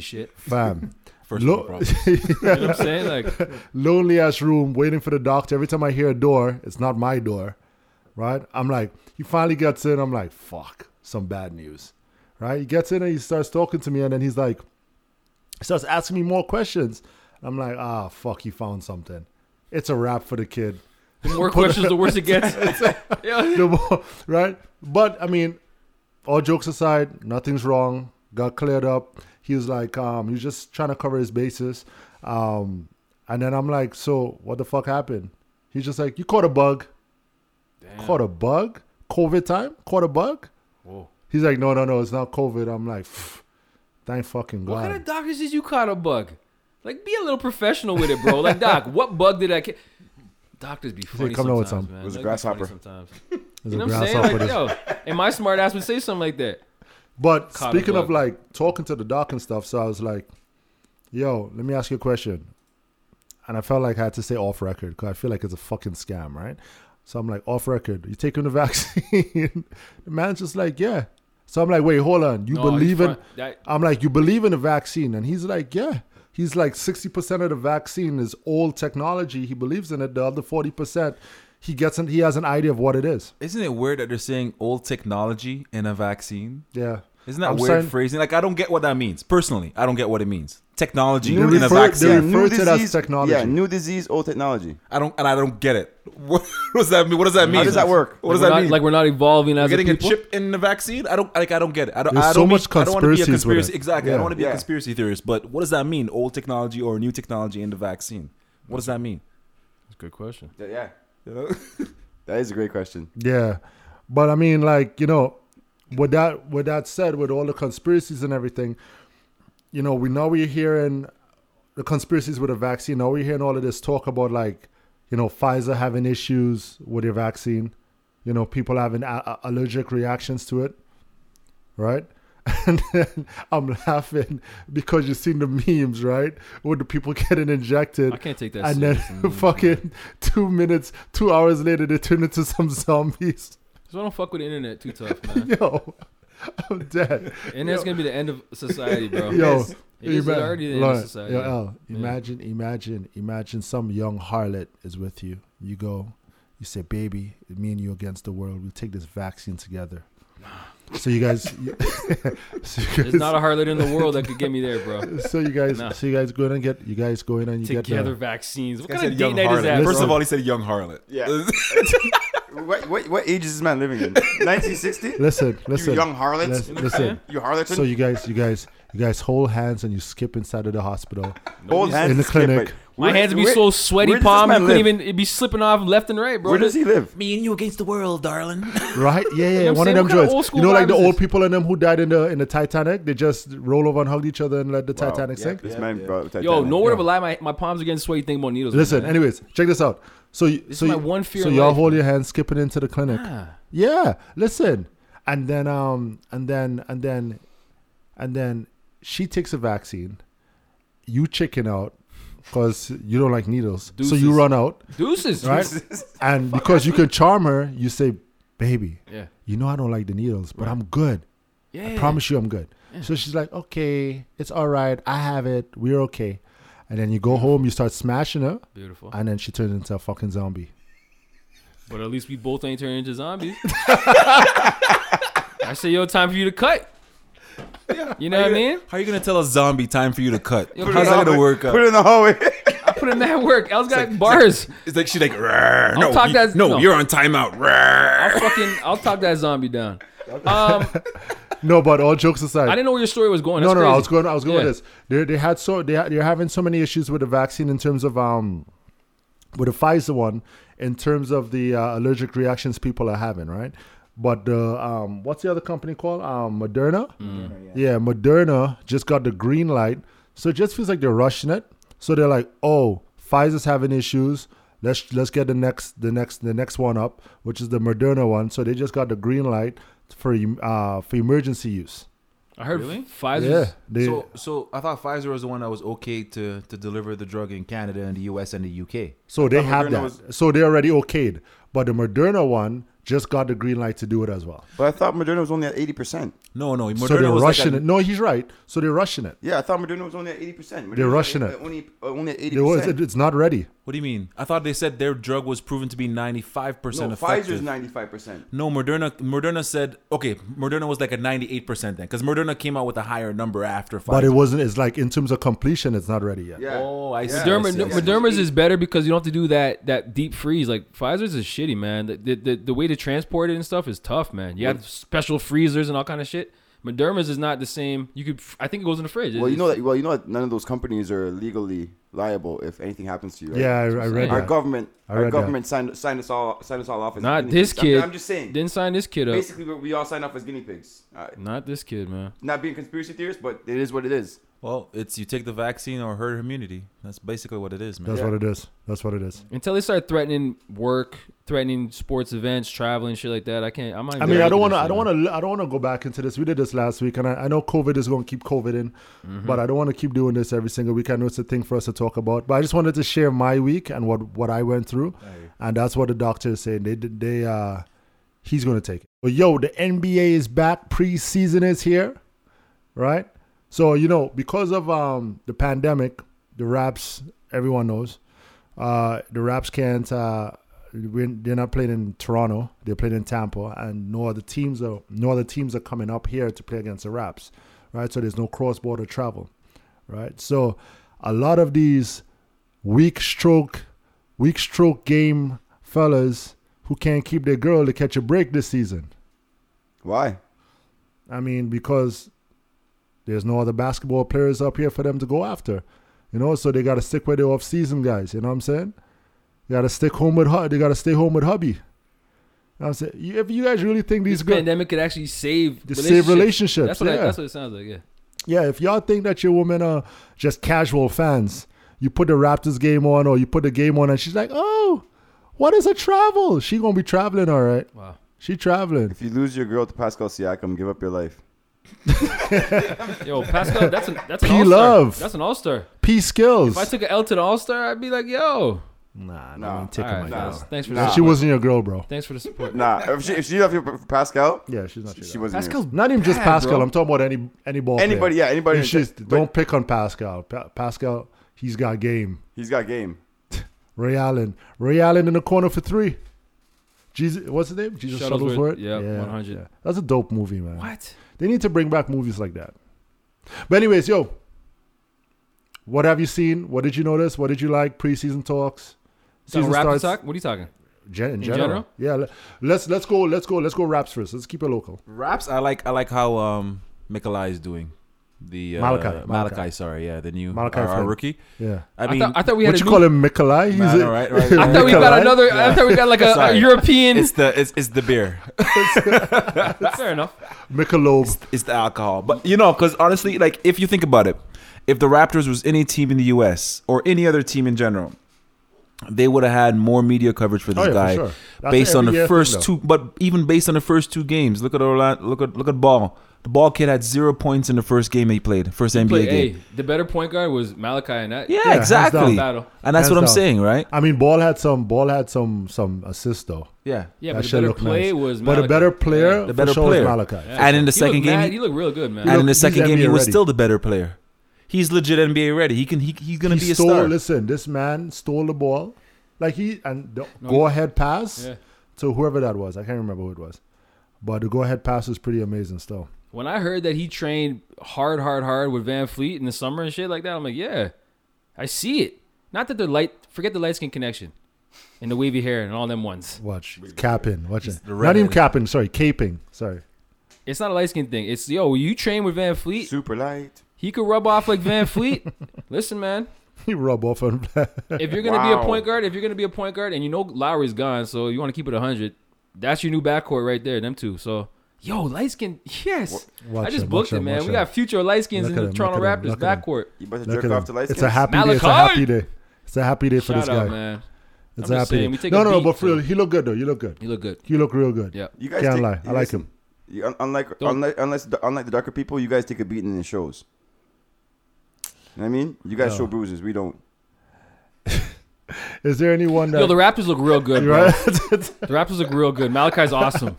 D: shit.
C: Fam.
B: First world
C: Lo-
B: problem.
D: You know what I'm saying? Like,
C: lonely ass room waiting for the doctor. Every time I hear a door, it's not my door, right? I'm like, he finally gets in. I'm like, fuck, some bad news, right? He gets in and he starts talking to me, and then he's like, he starts asking me more questions. I'm like, ah, fuck, he found something. It's a wrap for the kid,
D: the more questions, the worse it gets. Yeah.
C: The more- right? But I mean, all jokes aside, nothing's wrong. Got cleared up. He was like, um, he was just trying to cover his bases. Um, and then I'm like, so what the fuck happened? He's just like, you caught a bug. Caught a bug? COVID time? Caught a bug?
D: Whoa.
C: He's like, no, no, no, it's not COVID. I'm like, "Pff, thank fucking
D: What
C: God.
D: kind of doctors is you caught a bug? Like, be a little professional with it, bro. Like, doc, what bug did I catch? Doctors be funny
C: "Come down with
D: sometimes,
C: some."
D: man.
A: It was a
D: They be funny
A: grasshopper.
D: Sometimes.
C: There's
D: You
C: a
D: know what I'm saying?
C: grasshopper
D: Like,
C: that's-
D: yo, and my smart ass would say something like that.
C: But
D: Caught a
C: speaking of
D: bug.
C: like talking to the doc and stuff, so I was like, "Yo, let me ask you a question," and I felt like I had to say off record because I feel like it's a fucking scam, right? So I'm like, "Off record, you taking the vaccine?" the man's just like, "Yeah." So I'm like, "Wait, hold on, you
D: No,
C: believe
D: he's
C: in?"
D: front- that-
C: I'm like, "You believe in the vaccine?" And he's like, "Yeah." He's like, "60% of the vaccine is old technology. He believes in it. The other 40%, he gets an, he has an idea of what it is."
B: Isn't it weird that they're saying old technology in a vaccine?
C: Yeah.
B: Isn't that
C: I'm
B: weird
C: saying-
B: phrasing? Like, I don't get what that means. Personally, I don't get what it means. Technology
C: You
B: in a
C: refer- they
B: vaccine.
C: refer to it as technology.
A: Yeah, new disease, old technology.
B: I don't, and I don't get it. What does that mean? What does that mean?
A: How does that work?
B: What does
D: we're
B: that
D: not,
B: mean?
D: Like we're not evolving as
B: We're getting
D: a
B: a
D: people.
B: chip in the vaccine? I don't like. I don't get it. I don't.
C: There's
B: I don't
C: so much
B: be, I don't wanna be a
C: conspiracies with
B: conspiracy.
C: it.
B: Exactly. I
C: Yeah.
B: don't want to be
A: Yeah.
B: a conspiracy theorist. But what does that mean? Old technology or new technology in the vaccine? What does that mean?
E: That's a good question.
A: Yeah, yeah.
B: You know?
A: that is a great question.
C: Yeah, but I mean, like you know, with that with that said, with all the conspiracies and everything, you know, we now we're hearing the conspiracies with the vaccine. Now we're hearing all of this talk about like you know Pfizer having issues with their vaccine. You know, people having a- a- allergic reactions to it, right? And then I'm laughing because you've seen the memes, right? With the people getting injected
D: I can't take that.
C: and then
D: seriously.
C: fucking two minutes, two hours later, they turn into some zombies.
D: So I don't fuck with the internet too tough, man.
C: Yo, I'm dead.
D: And that's gonna be the end of society,
C: Yo,
D: bro. Yes. it is
C: ima-
D: already the end
C: Lauren,
D: of society.
C: Yo, L,
D: Yeah.
C: imagine, imagine, imagine some young harlot is with you. You go, you say, baby, me and you against the world. We take this vaccine together. So you guys, so you guys,
D: There's not a harlot in the world that could get me there, bro.
C: so you guys,
D: No.
C: so you guys go in and get, you guys go in and you
D: Together
C: get
D: vaccines. What
B: I
D: kind
B: said
D: of
B: young
D: date night is
B: harlot.
D: that?
B: First
D: bro?
B: of all, he said young harlot.
A: Yeah. what, what what age is this man living in? 1960?
C: the. Listen, listen.
A: You young harlots.
C: lis- listen.
A: You harlots.
C: So you guys, you guys, you guys hold hands and you skip inside of the hospital.
A: Old hands
C: in the
A: is good,
C: clinic.
A: but
D: My
A: where-
D: hands would be
A: where-
D: so sweaty,
A: where does this
D: palm. You
A: man
D: couldn't
A: live?
D: even. It'd be slipping off left and right, bro.
A: Where does he live?
B: Me and you against the world, darling.
C: Right? Yeah, yeah.
D: You know what
C: one of them
D: I'm saying? What kind of
C: joints.
D: old school
C: you know, like the
D: vibe is
C: old
D: this?
C: people and them who died in the in the Titanic. They just roll over and hug each other and let the
A: Wow,
C: Titanic
B: yeah,
C: sink.
A: This
B: yeah,
A: man
B: yeah.
A: brought Titanic.
D: Yo, no word of a
C: Yeah.
D: lie. My, my palms are getting sweaty thinking about needles.
C: Listen.
D: man.
C: Anyways, check this out. So, you
D: This
C: so
D: is my
C: you-
D: one fear
C: So
D: in
C: y'all
D: life,
C: hold
D: man.
C: your hands, skipping into the clinic.
D: Ah.
C: Yeah. Listen, and then um, and then and then, and then she takes a vaccine. You chicken out because you don't like needles, so you
D: Deuces.
C: run out.
D: deuces,
C: Right? And because you can charm her, you say, "Baby,
D: Yeah,
C: you know I don't like the needles, but I'm good.
D: yeah.
C: I promise you I'm good. So she's like, okay, it's all right. I have it. We're okay. And then you go home, you start smashing her,
D: Beautiful.
C: and then she turns into a fucking zombie.
D: But at least we both ain't turning into zombies. I say, yo, time for you to cut. You know what I mean?
B: How are you gonna tell a zombie time for you to cut?
D: Yo,
B: How's
D: put it
B: that
D: on-
B: gonna work
A: Put it
B: out?
A: in the hallway.
D: I put in that work. El's got bars.
B: It's like she's like, "Rrr, no,
D: talk
B: you-
D: that-
B: no,
D: no.
B: you're on timeout. Rrr."
D: I'll fucking, I'll talk that zombie down. Um,
C: No, but all jokes aside,
D: I didn't know where your story was going.
C: no,
D: That's
C: no, no, I
D: crazy.
C: was going, I was going
D: Yeah.
C: with this. They, they had so they they're having so many issues with the vaccine in terms of um, with the Pfizer one, in terms of the uh, allergic reactions people are having, right? But the um, what's the other company called? Um,
D: Mm.
C: Moderna. yeah. Moderna just got the green light, so it just feels like they're rushing it. So they're like, oh, Pfizer's having issues. Let's let's get the next the next the next one up, which is the Moderna one. So they just got the green light for em- uh, for emergency use.
D: I heard
B: Really?
D: Pfizer's.
C: yeah, they,
B: So, so I thought Pfizer was the one that was okay to, to deliver the drug in Canada and the U.S. and the U.K.
C: So they have
A: Moderna
C: that.
A: was-
C: so they're already okayed. But the Moderna one just got the green light to do it as well.
A: But I thought Moderna was only at 80%.
B: No, no, Moderna
C: so they're
B: was like
C: rushing
B: a-
C: it. No, he's right. So they're rushing it.
A: Yeah, I thought Moderna was only at 80%.
C: They're rushing
A: Moderna's
C: it.
A: Only, uh, only at 80%.
C: It was, it- it's not ready.
B: What do you mean? I thought they said their drug was proven to be ninety five percent
A: no,
B: effective.
A: Pfizer's 95%.
B: no, Moderna. Moderna said okay. Moderna was like a ninety eight percent then, because Moderna came out with a higher number after Pfizer.
C: But it wasn't. It's like in terms of completion, it's not ready yet.
A: Yeah.
B: Oh, I see.
A: Yeah.
D: Derma,
B: I see, I see.
D: Moderna's is better because you don't have to do that that deep freeze. Like Pfizer's is shitty, man. The, the, the, the way to transport it and stuff is tough, man. You have special freezers and all kind of shit. Moderna's is not the same. You could, I think it goes in the fridge.
A: Well, you
D: It's-
A: know that. Well, you know that none of those companies are legally liable if anything happens to you. Right?
C: Yeah, I, I read
A: Our
C: that.
A: government,
C: I
A: our
C: read that.
A: government signed signed us all signed us all off as
D: not
A: guinea
D: this
A: pigs. I'm-
D: kid.
A: I'm, just saying.
D: Didn't sign this kid up.
A: basically, we, we all signed off as guinea pigs. Uh,
D: Not this kid, man.
A: not being conspiracy theorists, but it is what it is.
B: Well, it's you take the vaccine or herd immunity. That's basically what it is, man.
C: That's what it is. That's what it is.
D: Until they start threatening work, threatening sports events, traveling, shit like that, I can't. I'm not.
C: I
D: even
C: mean, I don't
D: arguing
C: want to.
D: this
C: I
D: shit,
C: don't
D: man.
C: want to. I don't want to go back into this. We did this last week, and I, I know COVID is going to keep COVID in, but I don't want to keep doing this every single week. I know it's a thing for us to talk about, but I just wanted to share my week and what what I went through, and that's what the doctor is saying. They did. They uh, he's going to take it. But yo, the NBA is back. Preseason is here, right? So you know, because of um the pandemic, the Raps, everyone knows, uh, the Raps can't. Uh, we're, they're not playing in Toronto. They're playing in Tampa, and no other teams are no other teams are coming up here to play against the Raps, right? So there's no cross border travel, right? So a lot of these weak stroke, weak stroke game fellas who can't keep their girl to catch a break this season.
A: Why?
C: I mean, because there's no other basketball players up here for them to go after. You know, so they got to stick with the off-season guys. You know what I'm saying? They got to stick home with hub. They got to stay home with hubby. You know what I'm saying, You- if you guys really think these
D: This
C: girls,
D: pandemic could actually save
C: to save relationships,
D: That's what,
C: yeah,
D: I, that's what it sounds like. Yeah.
C: yeah. If y'all think that your women are just casual fans, you put the Raptors game on or you put the game on, and she's like, "Oh, what is a travel? She gonna be traveling, all right.
D: Wow.
C: She traveling.
A: If you lose your girl to Pascal Siakam, give up your life.
D: Yo, Pascal, that's an that's an
C: P.
D: all-star.
C: Love.
D: That's an all star.
C: P skills.
D: If I took an L to the all star, I'd be like, yo.
A: Nah,
C: nah, nah, taking
D: all right,
C: my
A: nah.
D: guys, Thanks for
A: Nah.
D: the
C: She
D: support.
C: wasn't your girl, bro.
D: Thanks for the support.
A: Nah, if she if she left you for Pascal,
C: Yeah, she's not. your
A: she
C: girl.
A: wasn't.
D: Pascal's
C: Not even just
D: bad,
C: Pascal.
D: bro.
C: I'm talking about any any ball. player.
A: Anybody, yeah, anybody.
C: It's just-
A: but
C: don't pick on Pascal. Pa- Pascal, he's got game.
A: He's got game.
C: Ray Allen, Ray Allen in the corner for three. Jesus, what's his name? Jesus
D: Shuttlesworth,
C: Shuttlesworth.
D: yeah, 100.
C: That's a dope movie, man.
D: What?
C: They need to bring back movies like that. But anyways, yo, what have you seen? What did you notice? What did you like? Preseason talks.
D: Talking
C: Season
D: rapid
C: starts-
D: talk? What are you talking?
C: Gen- in,
D: In
C: general.
D: general?
C: Yeah, le- let's let's go let's go let's go raps first. Let's keep it local.
B: Raps, I like I like how um Mikolai is doing. The uh,
C: Malachi,
B: Malachi,
C: Malachi.
B: sorry, yeah, the new uh,
C: Malachi
B: our, our
C: Flynn.
B: rookie.
C: Yeah.
B: I
D: I,
B: mean,
D: thought, I thought we had
C: What
D: a
C: you
D: new-
C: call him, Mikolai? He's
B: Man,
C: a-
B: all right, right.
D: I thought we got another. I thought we got like a, a
B: Sorry.
D: European.
B: it's the it's, it's the beer,
D: Fair enough.
C: Michelob.
B: it's the alcohol. But you know, because honestly, like if you think about it, if the Raptors was any team in the U.S. or any other team in general, they would have had more media coverage for this
C: Oh, yeah, for
B: guy
C: sure. That's
B: based on
C: every year
B: the
C: thing,
B: first
C: though.
B: two. But even based on the first two games, look at Orlando, look at look at Ball. The Ball kid had zero points in the first game he played, first NBA
D: Play,
B: game.
D: hey, the better point guard was Malachi and that.
B: Yeah,
C: hands down.
B: exactly.
D: Battle.
B: And that's
C: Hands
B: what I'm
C: down.
B: saying, right?
C: I mean, ball had some ball had some some assists though.
B: Yeah.
D: Yeah,
C: That
D: but the
C: shit
D: better
C: looked
D: play
C: nice.
D: was
C: But
D: Malachi.
C: a better player,
B: The better
C: for sure
B: player.
C: is Malachi.
D: Yeah.
B: And in the
D: He
B: second
D: looked
B: game,
D: mad.
B: he-
D: he looked real good, man.
B: And in the
C: He's
B: second game,
C: NBA
B: he was
C: ready.
B: still the better player. He's legit NBA ready. He can. He, he's gonna
C: he
B: be a
C: stole.
B: star.
C: Listen, this man stole the ball, like he and the go ahead pass
D: Yeah.
C: to whoever that was. I can't remember who it was, but the go ahead pass was pretty amazing. Still,
D: When I heard that he trained hard, hard, hard with Van Fleet in the summer and shit like that, I'm like, yeah, I see it. Not that the light, forget the light skin connection and the wavy hair and all them ones.
C: watch capping. Watch it.
B: the
C: Not
B: red
C: even
B: head.
C: capping. Sorry, caping. Sorry.
D: It's not a light skin thing. It's yo, you train with Van Fleet,
A: Super light.
D: he could rub off like Van Fleet. Listen, man,
C: He rub off on.
D: if you're gonna be a
A: Wow.
D: point guard, if you're gonna be a point guard, and you know Lowry's gone, so you want to keep it hundred, that's your new backcourt right there, them two. So. Yo, light skin, yes.
C: Watch
D: I just
C: him, watch
D: booked it,
C: him,
D: man.
C: watch
D: We
C: him.
D: got future light skins
C: Look
D: in
C: at
D: the
C: him,
D: Toronto
C: look at him,
D: Raptors
C: look at him.
D: backcourt.
A: You better
C: Look
A: jerk
C: at
A: off
C: him.
A: to light
C: It's
A: skins?
C: a happy day. It's a
D: Malachi!
C: happy day. It's a happy day for
D: Shout
C: this
D: out,
C: guy.
D: man.
C: It's a
D: I'm just
C: happy
D: saying,
C: day.
D: we take
C: No,
D: a
C: no,
D: beat,
C: but for
D: so-
C: real, he look good though. You look good.
D: You look good.
C: You look real good.
D: Yeah.
A: You guys
C: Can't
A: take-
C: lie. I
A: you
C: like
A: listen,
C: him.
A: You, un- unlike,
D: Don't-
A: unlike unless the- unlike the darker people, you guys take a beating in the shows. You know what I mean, you guys
C: No.
A: show bruises. We don't.
C: Is there anyone that?
D: Yo, the Raptors look real good, bro.
C: Right?
D: The Raptors look real good. Malachi's awesome.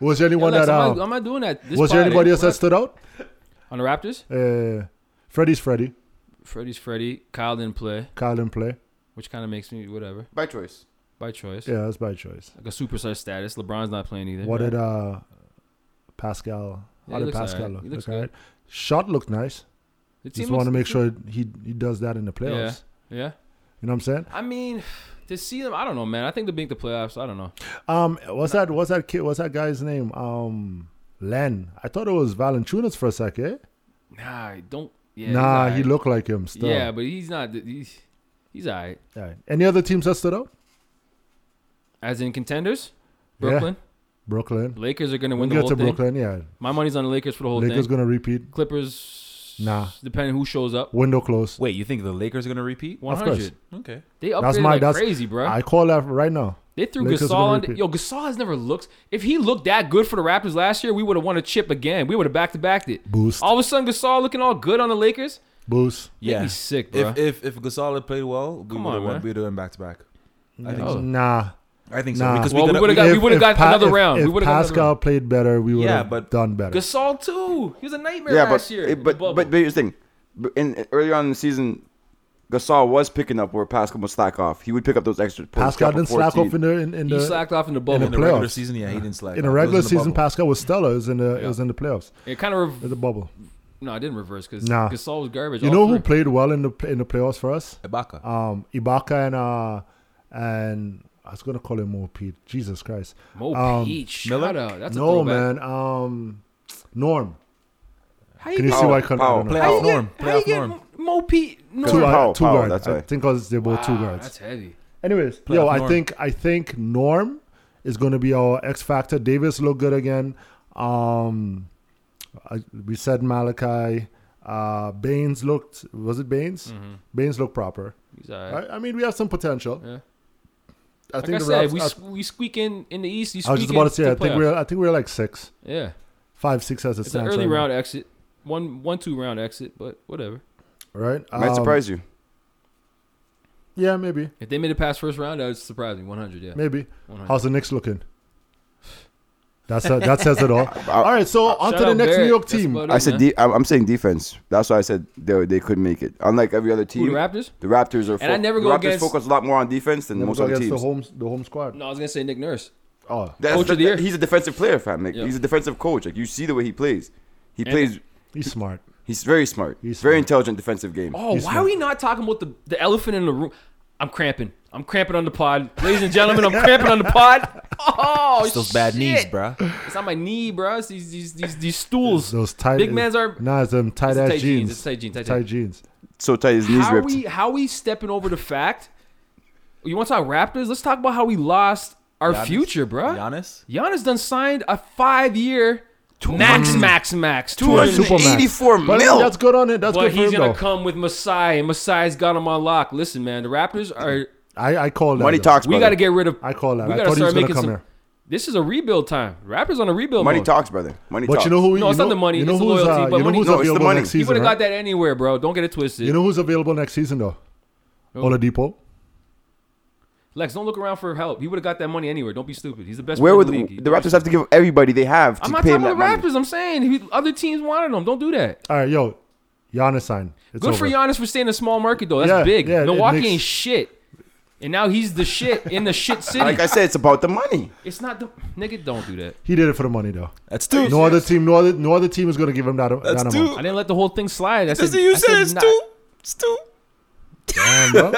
C: was there anyone
D: Alex,
C: that?
D: I'm,
C: Um,
D: not, I'm not doing that. This
C: was there
D: pod,
C: anybody
D: eh?
C: else that stood out?
D: on the Raptors?
C: Uh, Freddy's Freddy.
D: Freddie's Freddie. Kyle didn't play,
C: Kyle didn't play.
D: which kind of makes me whatever
A: By choice.
D: by choice.
C: Yeah, that's by choice.
D: Like a superstar status. LeBron's not playing either.
C: What
D: right?
C: did uh, Pascal?
D: Yeah,
C: How
D: he
C: did
D: looks
C: Pascal
D: alright.
C: look?
D: He looks
C: Look alright.
D: good.
C: Shot looked nice.
D: The team
C: Just
D: looks-
C: want to make sure he he does that in the playoffs.
D: Yeah. Yeah.
C: You know what I'm saying?
D: I mean, to see them, I don't know, man. I think they make the playoffs. I don't know.
C: Um, what's that? What's that kid? What's that guy's name? Um, Len. I thought it was Valanciunas for a second. eh?
D: Nah, I don't. Yeah, he's
C: nah, he
D: alright.
C: looked like him. Still.
D: Yeah, but he's not. He's, he's all right.
C: Alright. Any other teams that stood out?
D: As in contenders,
C: Yeah.
D: Brooklyn.
C: Brooklyn.
D: Lakers are going to
C: We'll
D: win the
C: get
D: whole
C: to
D: thing.
C: Brooklyn. Yeah.
D: My money's on the Lakers for the whole
C: Lakers
D: thing.
C: gonna repeat.
D: Clippers.
C: Nah.
D: Depending who shows up.
C: Window closed.
B: Wait, you think the Lakers are gonna repeat?
D: One
C: course.
D: hundred.
B: Okay.
D: They
C: That's
D: upgraded
C: my.
D: like
C: That's
D: crazy, bro.
C: I call that right now.
D: They threw
C: Lakers
D: Gasol
C: gonna
D: on.
C: repeat.
D: Yo, Gasol has never looked. If he looked that good for the Raptors last year, we would have won a chip again. We would have back to backed it.
C: Boost.
D: All of a sudden, Gasol looking all good on the Lakers.
C: Boost.
D: That'd be sick,
B: If
D: bruh.
B: if if Gasol had played well, we
D: Come
B: would
D: on,
B: have won.
D: man.
B: We'd have went back to back. I think
D: No.
B: so.
C: Nah.
B: I think so
C: Nah.
B: because
D: Well,
B: we
D: we
B: could
D: would've
B: have.
D: Oh. got- we would've got another
C: if-
D: round.
C: If
D: We would've got another
C: Pascal
D: round.
C: played better, we would
B: Yeah,
C: have
B: but
C: done better.
D: Gasol too. He was a nightmare
A: Yeah,
D: last
A: but,
D: year.
A: it-
D: in the
A: but,
D: bubble.
A: but but here's the thing, But in early on in the season, Gasol was picking up where Pascal would slack off. He would pick up those extra points.
C: Pascal
A: drop a
C: didn't slack
A: 14.
C: off in the in, in
D: he
C: the
D: slacked off in the bubble.
B: in the regular
C: playoffs.
B: season, yeah, he didn't slack.
C: in
B: off. He
C: the
B: was
C: regular
B: the
C: season.
B: bubble.
C: Pascal was stellar. It was in the it
D: Yeah.
C: was in the playoffs.
D: it kind of
C: In
D: rev-
C: the bubble.
D: no, it didn't reverse because
C: Nah.
D: Gasol was garbage.
C: You
D: all
C: know who
D: through.
C: played well in the in the playoffs for us?
B: Ibaka.
C: Um, Ibaka and uh and I was gonna call him Mo Pete. Jesus Christ.
D: Mo
C: um,
D: Peach.
B: Miller?
D: Shout out. That's a
C: no
D: throwback.
C: man. Um, Norm.
D: How
C: Can you see
A: Powell,
C: why I couldn't? I
A: Powell,
C: don't know.
A: Play-
B: Playoff
A: How
B: norm.
D: How you
B: Playoff
D: get
B: norm.
D: Mo Pete? Norm?
C: Two,
A: Powell,
C: uh, two
A: Powell,
C: guards.
A: that's
C: I
A: why.
C: think because they're both two
D: Wow,
C: guards.
D: Ah, That's heavy.
C: Anyways, yo, I
B: Norm.
C: think I think Norm is going to be our X factor. Davis look good again. Um, I, we said Malachi. Uh, Baines looked. Was it Baines? Baines looked proper.
D: He's all Mm-hmm. right.
C: I, I mean, we have some potential.
D: Yeah.
C: I
D: Like I
C: think the
D: said,
C: Raps-
D: we,
C: I,
D: s- we squeak in in the East. You
C: I was just
D: squeak
C: about
D: in
C: to say. I think
D: playoffs.
C: we're. I think we're like six,
D: yeah.
C: five, six as it
D: It's an
C: stands.
D: early
C: right now,
D: round exit, one one two round exit, but whatever.
C: right?
A: Might
C: Um,
A: surprise you.
C: Yeah, maybe,
D: If they made it past first round, that would surprise me. One hundred, yeah.
C: maybe.
D: 100.
C: How's the Knicks looking? That's a, that says it all. all right, so on
D: Shout
C: to the
D: out
C: next New
D: Barrett.
C: York
D: That's
C: team.
D: about it,
A: I said
D: man.
A: de- I'm I'm saying defense. That's why I said they they could make it. Unlike every other
D: Who,
A: team,
D: the Raptors.
A: the Raptors are.
D: And I never
A: the
D: go
A: Raptors
D: against-
A: focus a lot more on defense than
C: Never
A: most
C: go
A: other
C: against
A: teams.
C: the home the home squad.
D: No, I was gonna say Nick Nurse.
C: Oh,
A: That's-
D: Coach of the year.
A: He's a defensive player, fam. Like,
D: Yeah.
A: He's a defensive coach. Like you see the way he plays. He
D: And-
A: plays.
C: he's smart.
A: He's very smart.
C: He's
A: very
C: smart.
A: intelligent defensive game.
D: Oh,
C: He's
D: why
C: not-
D: are we not talking about the, the elephant in the room? I'm cramping. I'm cramping on the pod, ladies and gentlemen. I'm cramping on the pod. Oh,
B: It's those bad
D: shit.
B: knees, bruh.
D: It's on my knee, bro. It's these these these, these stools.
C: Those tight
D: Big man's are
C: nah, it's them tight
D: It's
C: ass
D: tight
C: jeans.
D: jeans, it's tight jeans, tight
C: jeans.
A: So tight, his knees
D: how
A: ripped.
D: we how we stepping over the fact. You want to talk Raptors? Let's talk about how we lost our
B: Giannis?
D: future, bro.
B: Giannis.
D: Giannis done signed a five year max, max, max. Two
C: Yeah,
D: hundred.
C: Supermax.
A: 84
C: But
A: mil.
C: that's good on it. That's
D: But
C: good for
D: he's
C: him
D: gonna
C: though.
D: come with Masai, and Masai's got him on lock. Listen, man, the Raptors are.
C: I I call that.
A: Money
C: though.
A: talks.
D: We
A: brother.
D: got to get rid of.
C: I call that.
D: We
C: I
D: gotta
C: thought he was
D: start
C: gonna
D: making
C: come
D: some-
C: here.
D: This is a rebuild time. Raptors on a rebuild.
A: Money
D: mode.
A: talks, brother. Money
C: But
A: talks.
C: you know who?
D: No,
C: you
D: it's not
C: know-
D: the money,
C: You know
D: it's the
C: who's
D: loyalty,
C: uh,
D: but
C: you know
D: money-
C: who's
A: No, it's the
C: available
A: money.
C: next
A: He
D: He
C: season.
D: would have
C: right?
D: got that anywhere, bro. Don't get it twisted.
C: You know who's available next season though? Oladipo.
D: Lex, don't look around for help. He would have got that money anywhere. Don't be stupid. He's the best.
A: Where
D: player
A: would the,
D: in league.
A: the Raptors have to give everybody they have to
D: I'm not
A: pay
D: talking
A: him
D: about
A: that
D: the
A: money?
D: Raptors. I'm saying he, other teams wanted him. Don't do that.
C: All right, yo, Giannis sign. It's
D: Good
C: over.
D: for Giannis for staying in a small market though. That's
C: Yeah,
D: big.
C: yeah, it
D: Milwaukee
C: makes-
D: ain't shit, and now he's the shit in the shit city.
A: Like I said, it's about the money.
D: it's not the nigga. Don't do that.
C: He did it for the money though.
B: That's two.
C: No other team, no other, no other team is gonna give him that.
B: That's
C: that
B: two.
D: I didn't let the whole thing slide. I
B: That's
D: said,
B: what you
D: I said
B: said. It's
D: not-
B: two. It's two.
C: Damn, bro.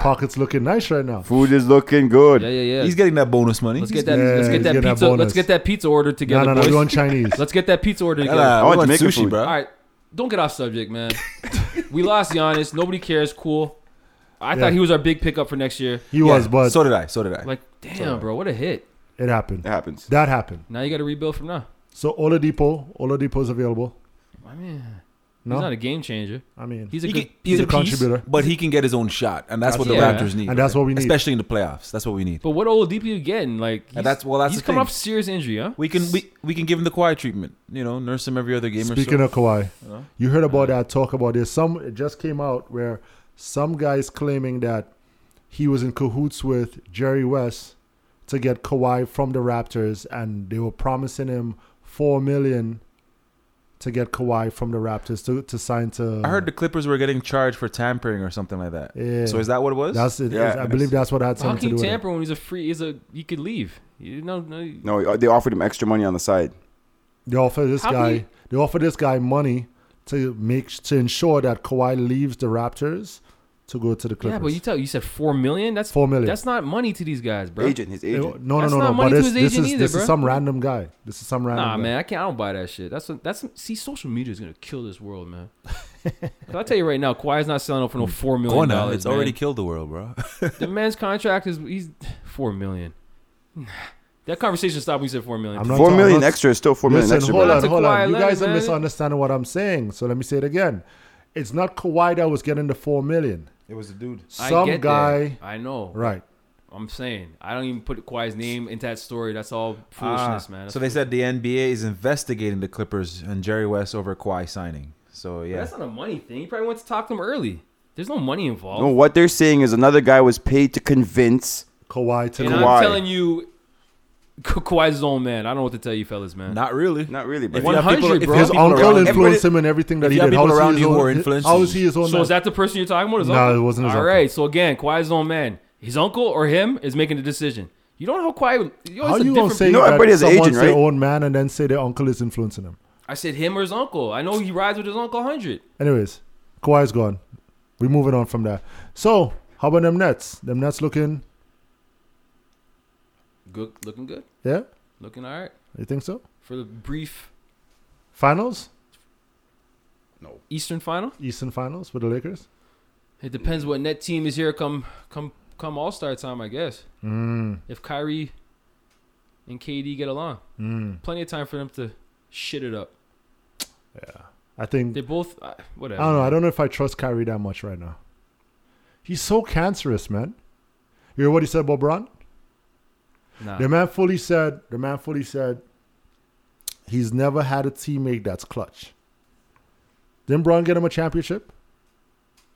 C: Pockets looking nice right now.
A: Food is looking good.
D: Yeah, yeah, yeah.
B: He's getting that bonus money.
D: let's get that.
C: Yeah,
D: let's
C: he's
D: get that
C: getting that
D: pizza. let's
C: bonus.
D: get that pizza order together,
C: No, no, no.
D: boys.
C: You on Chinese?
D: let's get that pizza order
B: Hell,
D: together.
B: uh,
A: I
B: we
A: want
B: want
A: Jamaican
B: sushi,
A: food.
B: bro.
D: All right, don't get off subject, man. we lost Giannis. Nobody cares. Cool. I
C: Yeah.
D: thought he was our big pickup for next year.
C: He
B: Yeah,
C: was, but
B: so did I. So did I.
D: Like, damn, bro, what a hit.
C: it happened.
A: It happens.
C: That happened.
D: Now you got to rebuild from now.
C: So Oladipo, Oladipo's available.
D: I mean, he's not
C: No,
D: a game changer.
C: I mean,
D: He's a
B: He
D: good.
B: can-
D: he's
C: he's
D: a
C: a contributor.
B: but he can get his own shot, and that's, what the
D: Yeah.
B: Raptors need,
C: And that's what we need.
B: especially in the playoffs. That's what we need.
D: but what old DP you getting? Like, he's,
B: that's- well, that's
D: he's
B: the
D: coming
B: thing.
D: off serious injury, huh?
B: We can we, we can give him the quiet treatment. You know, nurse him every other game.
C: Speaking
B: or
C: of Kawhi,
B: know?
C: you heard about that talk about this. Some it just came out where some guys claiming that he was in cahoots with Jerry West to get Kawhi from the Raptors, and they were promising him four million to get Kawhi from the Raptors to, to sign to.
B: so. I heard the Clippers were getting charged for tampering or something like that.
C: uh, Yeah.
B: So is that what it was?
C: that's it.
A: Yeah.
C: I believe that's what had
D: How
C: something
D: can
C: to
D: you
C: do with
D: tamper when he's a free? He's a he could leave. You know, no,
A: No, they offered him extra money on the side.
C: it. They offered this
D: How can
C: guy.
D: you-
C: They offered this guy money to make to ensure that Kawhi leaves the Raptors to go to the Clippers.
D: yeah, but you tell you said four million. That's
C: Four million.
D: That's not money to these guys, bro.
A: Agent, his
C: It-
A: agent.
C: No,
D: That's
C: no, no, no.
D: not
C: But
D: money to
C: this,
D: his
C: this,
D: agent
C: is,
D: either,
C: this
D: bro.
C: is some random guy. This is some random.
D: Nah,
C: guy.
D: man, I can't. I don't buy that shit. That's that's see, social media is gonna kill this world, man. 'Cause I'll tell you right now, Kawhi's not selling up for no four million
B: Gonna,
D: dollars.
B: it's already
D: man.
B: killed the world, bro.
D: the man's contract is he's four million. That conversation stopped when you said four million.
C: I'm not
A: Four
C: talking-
A: million
C: I'm not-
A: extra is still four million
C: Listen,
A: extra.
C: hold
A: bro.
C: on,
D: Not to
C: hold
D: Kawhi
C: on. You guys
D: Leonard,
C: are
D: man.
C: misunderstanding what I'm saying. So let me say it again. It's not Kawhi that was getting the four million.
B: It was a dude.
D: I
C: Some
D: get
C: guy,
D: That. I know.
C: right?
D: I'm saying I don't even put Kawhi's name into that story. That's all
C: Ah.
D: foolishness, man.
B: Ah,
D: That's
B: So they said the NBA is investigating the Clippers and Jerry West over Kawhi signing. So
D: But
B: yeah,
D: That's not a money thing. You probably went to talk to him early. There's no money involved.
A: No, what they're saying is another guy was paid to convince.
C: Kawhi to
D: and
C: Kawhi.
A: Kawhi.
D: I'm telling you, Ka- Kawhi's his own man. I don't know what to tell you, fellas, man.
B: not really.
A: Not really,
B: If
A: bro.
B: you have
D: 100,
B: people- if you
D: bro.
B: have
C: His
B: people
C: uncle
B: around-
C: influenced
B: everybody-
C: him in everything that
B: if
C: he
B: you have
C: did. How
B: people
C: is he
B: around
C: his
B: you who are
C: own?
B: influencers.
C: How is he his own?
D: So is
C: man?
D: that the person you're talking about? His
C: No,
D: uncle?
C: it wasn't his
D: All
C: uncle.
D: right. So again, Kawhi's own man. His uncle or him is making the decision. You don't know how Kawhi. Yo,
C: How
D: it's a
C: you gonna
D: different-
C: say
A: You know
C: that
A: everybody has an
C: someone's
A: agent,
C: their
A: right?
C: own man and then say their uncle is influencing him?
D: I said him or his uncle. I know he rides with his uncle 100.
C: Anyways, Kawhi's gone. We're moving on from that. So how about them Nets? Them Nets looking,
D: Good, looking good,
C: yeah?
D: looking all right
C: You think so?
D: for the brief
C: Finals,
D: Eastern final.
C: Eastern Finals for the Lakers.
D: It depends what net team is here come come come All Star time, I guess.
C: Hmm.
D: If Kyrie and KD get along,
C: Hmm.
D: plenty of time for them to shit it up.
C: I think
D: They both uh, whatever.
C: I don't know. I don't know if I trust Kyrie that much right now. He's so cancerous, man. You hear what he said about Bron?
D: Nah.
C: The man fully said, the man fully said, he's never had a teammate that's clutch. Didn't Bron get him a championship?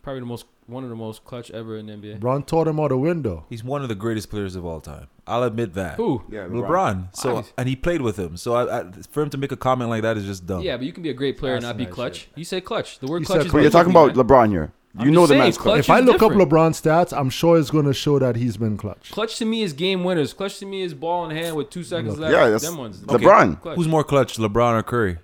D: Probably the most one of the most clutch ever in the NBA.
C: Bron taught him out the window.
B: He's one of the greatest players of all time. I'll admit that.
D: Who?
A: Yeah,
B: LeBron.
A: LeBron.
B: So
D: Obvious.
B: and he played with him. So I, I, for him to make a comment like that is just dumb.
D: Yeah, but you can be a great player and not be
E: Asinine
D: clutch.
E: shit.
D: You say clutch. The word
C: You
D: clutch
C: said
D: is
A: But you're
D: what
A: talking
D: you mean,
A: about
D: man.
A: LeBron here.
D: I'm
A: You know
D: just
A: the
D: saying,
A: man's clutch.
D: clutch-
C: If I
D: is
C: look up
D: different.
C: LeBron's stats, I'm sure it's going to show that he's been clutch.
D: Clutch to me is game winners. Clutch to me is ball in hand with two seconds left.
A: Yeah, that's
D: them ones.
A: LeBron.
D: Clutch.
B: Who's more clutch, LeBron or Curry?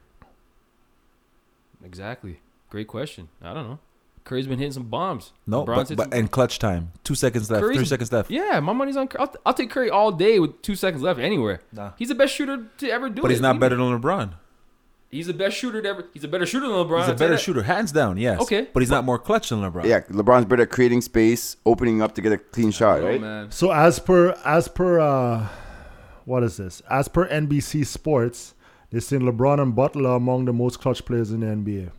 D: Exactly. Great question. I don't know. Curry's been hitting some bombs.
B: No,
D: LeBron's
B: but,
D: hit
B: but
D: some-
B: and clutch time. Two seconds left.
D: Curry's-
B: Three seconds left.
D: yeah, my money's on. Curry. I'll, I'll take Curry all day with two seconds left anywhere.
B: Nah.
D: He's the best shooter to ever do it.
B: But he's not
D: He-
B: better than LeBron.
D: He's the best shooter to ever. He's a better shooter than LeBron.
B: He's a
D: I'll tell you
B: better
D: that.
B: shooter, hands down. Yes.
D: Okay.
B: But he's not more clutch than LeBron.
A: Yeah, LeBron's better at creating space, opening up to get a clean shot,
D: Oh
A: right?
D: man,
C: So as per as per uh, what is this? As per NBC Sports, they say LeBron and Butler are among the most clutch players in the NBA.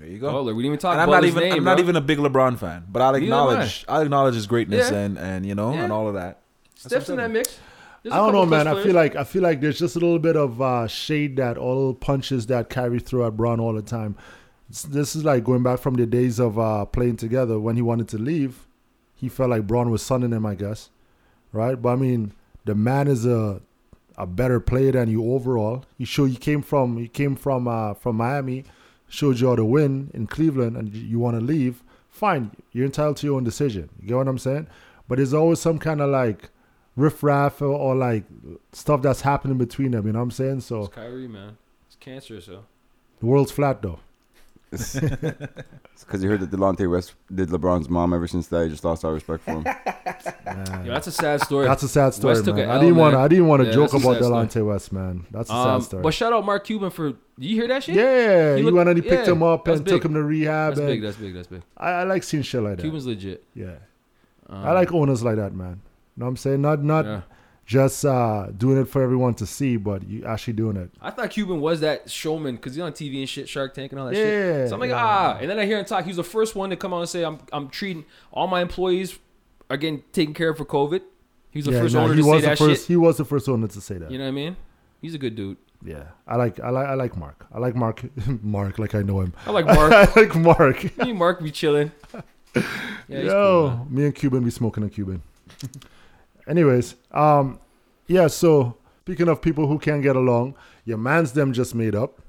B: There you go.
D: Butler. We didn't even talk
B: and
D: about
B: I'm not
D: his
B: even
D: name.
B: I'm not
D: bro.
B: even a big LeBron fan, but I'll
D: Neither am
B: acknowledge I'll acknowledge his greatness
D: Yeah.
B: and and you know
D: Yeah.
B: and all of that.
D: Steps in that mix. There's
C: I
D: a
C: don't
D: couple
C: know, man.
D: clutch
C: I
D: players.
C: feel like I feel like there's just a little bit of uh, shade that all little punches that carry through at Braun all the time. It's- this is like going back from the days of uh, playing together when he wanted to leave. He felt like Braun was sunning him, I guess, right? But I mean, the man is a a better player than you overall. You show you came from you came from uh, from Miami, showed you how to win in Cleveland, and you- you want to leave. Fine, you're entitled to your own decision. You get what I'm saying? But there's always some kind of like riffraff or, or like stuff that's happening between them. You know what I'm saying? So
D: It's Kyrie, man. It's cancer, so
C: the world's flat though.
A: It's because you heard that Delonte West did LeBron's mom. Ever since that, I just lost all respect for him.
D: Yo, that's a sad story.
C: That's a sad story,
D: West took
C: man.
D: a
C: I
D: L,
C: didn't want
D: man.
C: I didn't want to
D: Yeah,
C: joke
D: that's a
C: about
D: sad story.
C: Delonte West, man. That's a
D: um,
C: sad story.
D: but shout out Mark Cuban for. Did you hear that shit?
C: yeah,
D: he
C: he,
D: looked-
C: went and he picked
D: yeah,
C: him up
D: that's
C: and took
D: big.
C: him to rehab.
D: That's
C: and
D: big. That's big. That's big.
C: I, I like seeing shit like that.
D: Cuban's legit.
C: Yeah.
D: Um,
C: I like owners like that, man. You know what I'm saying? Not not
D: yeah.
C: just uh, doing it for everyone to see, but you actually doing it.
D: I thought Cuban was that showman because he's on TV and shit, Shark Tank and all that
C: Yeah,
D: shit. So I'm like,
C: yeah.
D: ah. And then I hear him talk. He was the first one to come out and say, "I'm I'm treating all my employees are getting taken care of for COVID." He was the
C: yeah,
D: first
C: nah,
D: owner
C: he
D: to say
C: was the
D: that
C: first.
D: shit.
C: He was the first owner to say that.
D: You know what I mean? He's a good dude.
C: yeah, I like I like I like Mark. I like Mark. Mark, like I know him.
D: I like Mark.
C: I like Mark.
D: me and Mark be chilling. Yeah, he's cool,
C: Yo,
D: man.
C: me and Cuban be smoking a Cuban. Anyways, um, yeah. So speaking of people who can't get along, your man's them just made up.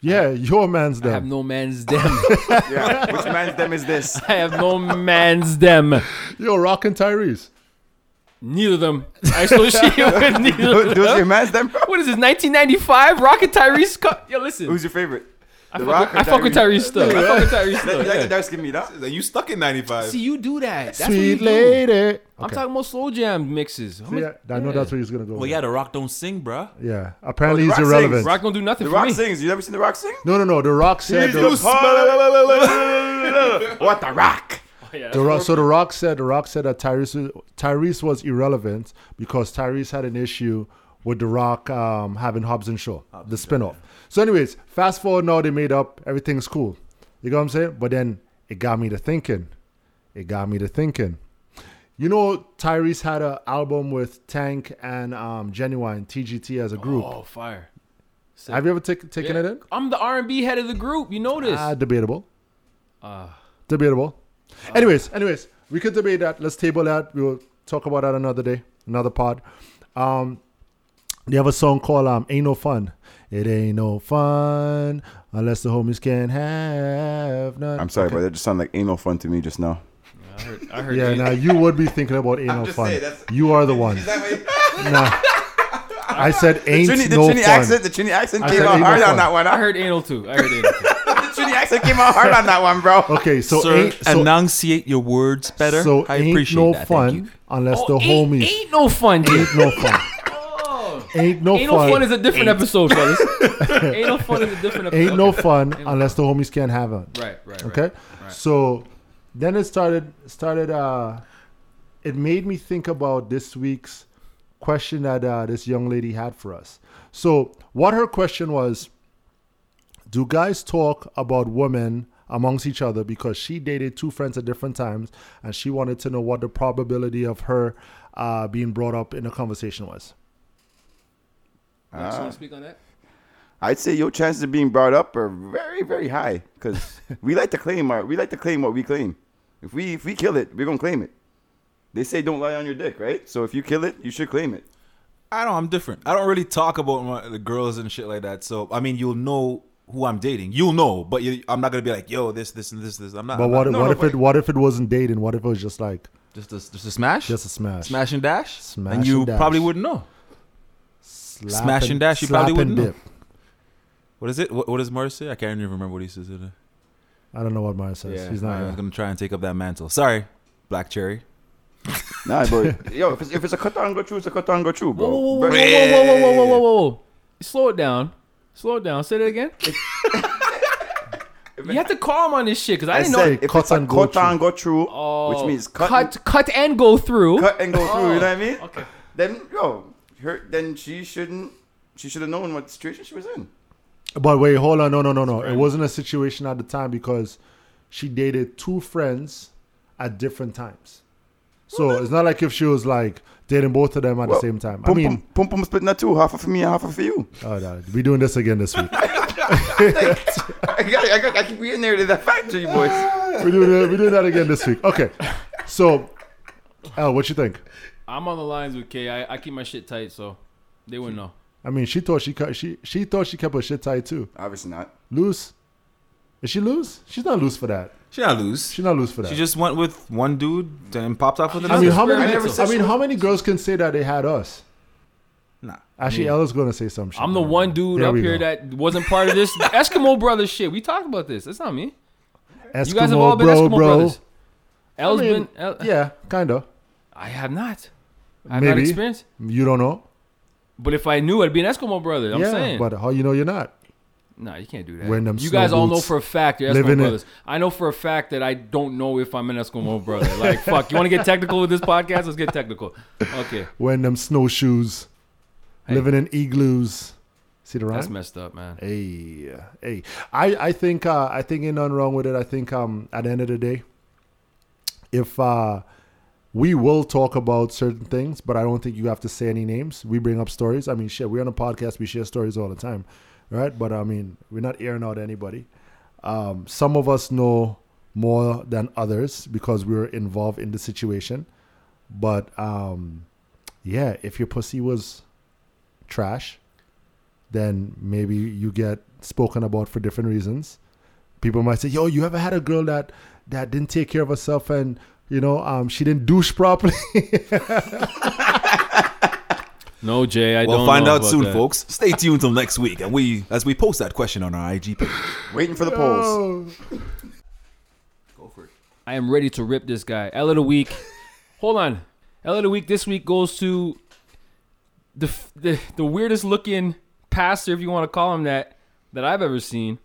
C: Yeah, your man's
D: I have
C: them.
D: no man's dem.
A: yeah. Which man's them is this?
D: I have no man's dem.
C: Yo, Rock and Tyrese.
D: Neither of them. I associate with neither
A: Who's
D: of them.
A: your man's them, bro?
D: What is this? 1995? Rocket Tyrese? Co- Yo, listen.
A: Who's your favorite?
D: I
A: The
D: fuck,
A: Rock
D: with, I
A: or
D: fuck with Tyrese still. I fuck with Tyrese
A: You
D: still.
A: like the dark skin meat, huh?
B: You stuck in 95.
D: See, you do that. That's what you
C: Sweet
D: do.
C: lady.
D: I'm
C: Okay.
D: talking about slow jam mixes. How much-
C: Yeah, I know that's where he's gonna go.
B: Well,
C: with.
B: yeah, The Rock don't sing, bruh.
C: Yeah, apparently
A: The
C: he's
A: Rock sings.
C: irrelevant.
D: Oh, Rock don't do nothing
A: The
D: for
A: Rock
D: me.
A: sings. You never seen The Rock sing?
C: No, no, no. The Rock said. The,
A: What the Rock?
D: yeah.
C: The Rock, so the Rock said the Rock said that Tyrese Tyrese was irrelevant because Tyrese had an issue with the Rock um, having Hobbs and Shaw, the spinoff. So, anyways, fast forward now they made up, everything's cool. You know what I'm saying? But then it got me to thinking. It got me to thinking. You know, Tyrese had an album with Tank and um, Genuine TGT as a group.
D: Oh, fire. Sick.
C: Have you ever tak- taken
D: Yeah.
C: it in?
D: I'm the R&B head of the group. You know this.
C: Ah, debatable.
D: Ah.
C: Debatable.
B: Ah.
C: anyways, anyways, we could debate that. Let's table that. We will talk about that another day, another pod. Um, they have a song called um, "Ain't No Fun." It ain't no fun unless the homies can have none.
A: I'm sorry,
C: Okay.
A: but that just sounded like ain't no fun to me just now.
D: I heard, I heard
C: Yeah,
D: you.
C: now you would be thinking about "Ain't No
B: just
C: Fun."
B: saying, that's-
C: you are the one. Nah. I said
A: The
C: "Ain't
A: Trini, the
C: No
A: Trini
C: Fun."
A: accent, the Trini accent
C: I
A: came
C: said
A: out
C: ain't no
A: hard
C: fun.
A: on that one.
D: I
A: huh?
D: heard anal too. I heard anal too.
A: The Trini accent came out hard on that one, bro.
C: Okay, so
B: Sir,
C: ain't, so,
B: enunciate your words better.
C: so
B: I
C: ain't
B: appreciate
C: no
B: that. Thank
C: fun
B: you.
C: unless the
D: Oh, ain't,
C: homies
D: ain't no fun, dude.
C: ain't no fun. Ain't no
D: Ain't no
C: fun.
D: fun is a different episode, fellas. ain't no fun is a different episode.
C: ain't no fun unless the homies can't have it.
D: Right, right, right.
C: Okay, so then it started started. Uh, it made me think about this week's question that uh, this young lady had for us. So what her question was: Do guys talk about women? Amongst each other because she dated two friends at different times and she wanted to know what the probability of her uh, being brought up in a conversation was.
D: Max,
C: Ah.
D: you wanna speak on that?
A: I'd say your chances of being brought up are very, very high because we like to claim our, we like to claim what we claim. If we if we kill it, we're gonna claim it. They say don't lie on your dick, right? So if you kill it, you should claim it.
B: I don't. I'm different. I don't really talk about my, the girls and shit like that. So I mean, you'll know who I'm dating. You'll know, but you, I'm not gonna be like, yo, this, this, and this, this. I'm not.
C: But
B: I'm
C: what,
B: not-
C: what
B: no,
C: if
B: no,
C: it what if it wasn't dating? What if it was just like
B: but Just, a, just a smash.
C: just a smash?
B: smash and dash.
C: Smash
B: and you
C: and dash.
B: probably wouldn't know.
C: Slap
B: Smash and dash, you probably
C: slap and
B: wouldn't What is it? What, what does Morris say? I can't even remember what he says. Today.
C: I don't know what Mara says. He's not.
B: I'm
C: here.
B: gonna try and take up that mantle. Sorry, Black Cherry.
A: Nah, but yo, if it's, if it's a cut on go true, it's a cut on go true, bro.
D: Whoa, whoa, whoa, whoa,
A: Bro,
D: whoa, whoa, whoa, whoa, whoa, whoa, whoa, whoa. Slow it down. Slow it down. Say that again. you have to call him on this shit because
A: I
D: I, didn't
A: said
D: know.
A: if
C: Cut
A: it's a
C: and go
A: cut on go true,
D: Oh,
A: which means cut,
D: cut, cut, and go through.
A: cut and go through. You know what I
D: Oh,
A: mean?
D: okay.
A: Then yo, her, then she shouldn't. She should have known what situation she was in.
C: But wait, hold on. No, no, no, no. It wasn't a situation at the time because she dated two friends at different times. So it's not like if she was like dating both of them at the same time. I
A: Pum
C: mean,
A: pum, pum pum split that two, half of me and half of you.
C: oh, no, we're doing this again this week.
A: I got, I got, I keep we in there to that factory, boys.
C: we're doing that, we're doing that again this week. Okay, so. Al, what you think?
D: I'm on the lines with K. I, I keep my shit tight, so they wouldn't know.
C: I mean, she thought she cut, she she thought she kept her shit tight too.
A: Obviously not.
C: Loose? Is she loose? She's not loose for that.
B: She not lose.
C: She's not loose for that.
B: She just went with one dude and popped off with
D: I
C: I
B: another.
C: mean, how many?
D: I
C: I,
D: never said
C: mean, how many girls can say that they had us?
B: nah.
C: Actually, Ella's gonna say some shit.
D: I'm the one dude
C: There
D: up
C: we
D: here
C: go.
D: that wasn't part of this Eskimo brother shit. We talked about this. That's not me.
C: Eskimo
D: you guys have all been
C: bro,
D: Eskimo
C: bro.
D: brothers.
C: I
D: El's
C: mean,
D: been. El,
C: yeah, kind of.
D: I have not. I have not
C: Maybe
D: experienced.
C: you don't know.
D: But if I knew, I'd be an Eskimo brother. I'm
C: yeah,
D: saying.
C: but how you know you're not?
D: No, you can't do that.
C: Wearing them
D: you
C: snow
D: guys all know
C: boots.
D: for a fact you're
C: Living
D: Eskimo
C: it.
D: brothers. I know for a fact that I don't know if I'm an Eskimo brother. Like, fuck, you want to get technical with this podcast? Let's get technical. Okay,
C: Wearing them snowshoes,
D: Hey.
C: living in igloos. See the
D: that's
C: rhyme?
D: messed up, man.
C: Hey, hey. I I think uh, I think ain't nothing wrong with it. I think um at the end of the day, if uh we will talk about certain things, but I don't think you have to say any names. We bring up stories. I mean, shit, we're on a podcast. We share stories all the time, right? But I mean, we're not airing out anybody. Um, some of us know more than others because we were involved in the situation. But um, yeah, if your pussy was trash, then maybe you get spoken about for different reasons. People might say, "Yo, you ever had a girl that that didn't take care of herself and you know um, she didn't douche properly?"
D: No, Jay, I
B: We'll
D: don't.
B: find
D: know
B: out
D: about
B: soon,
D: that.
B: folks. Stay tuned till next week, and we as we post that question on our IG page.
A: Waiting for the polls.
B: Go for it.
D: I am ready to rip this guy. L of the week. Hold on. L of the week this week goes to the f- the, the weirdest looking pastor, if you want to call him that, that I've ever seen.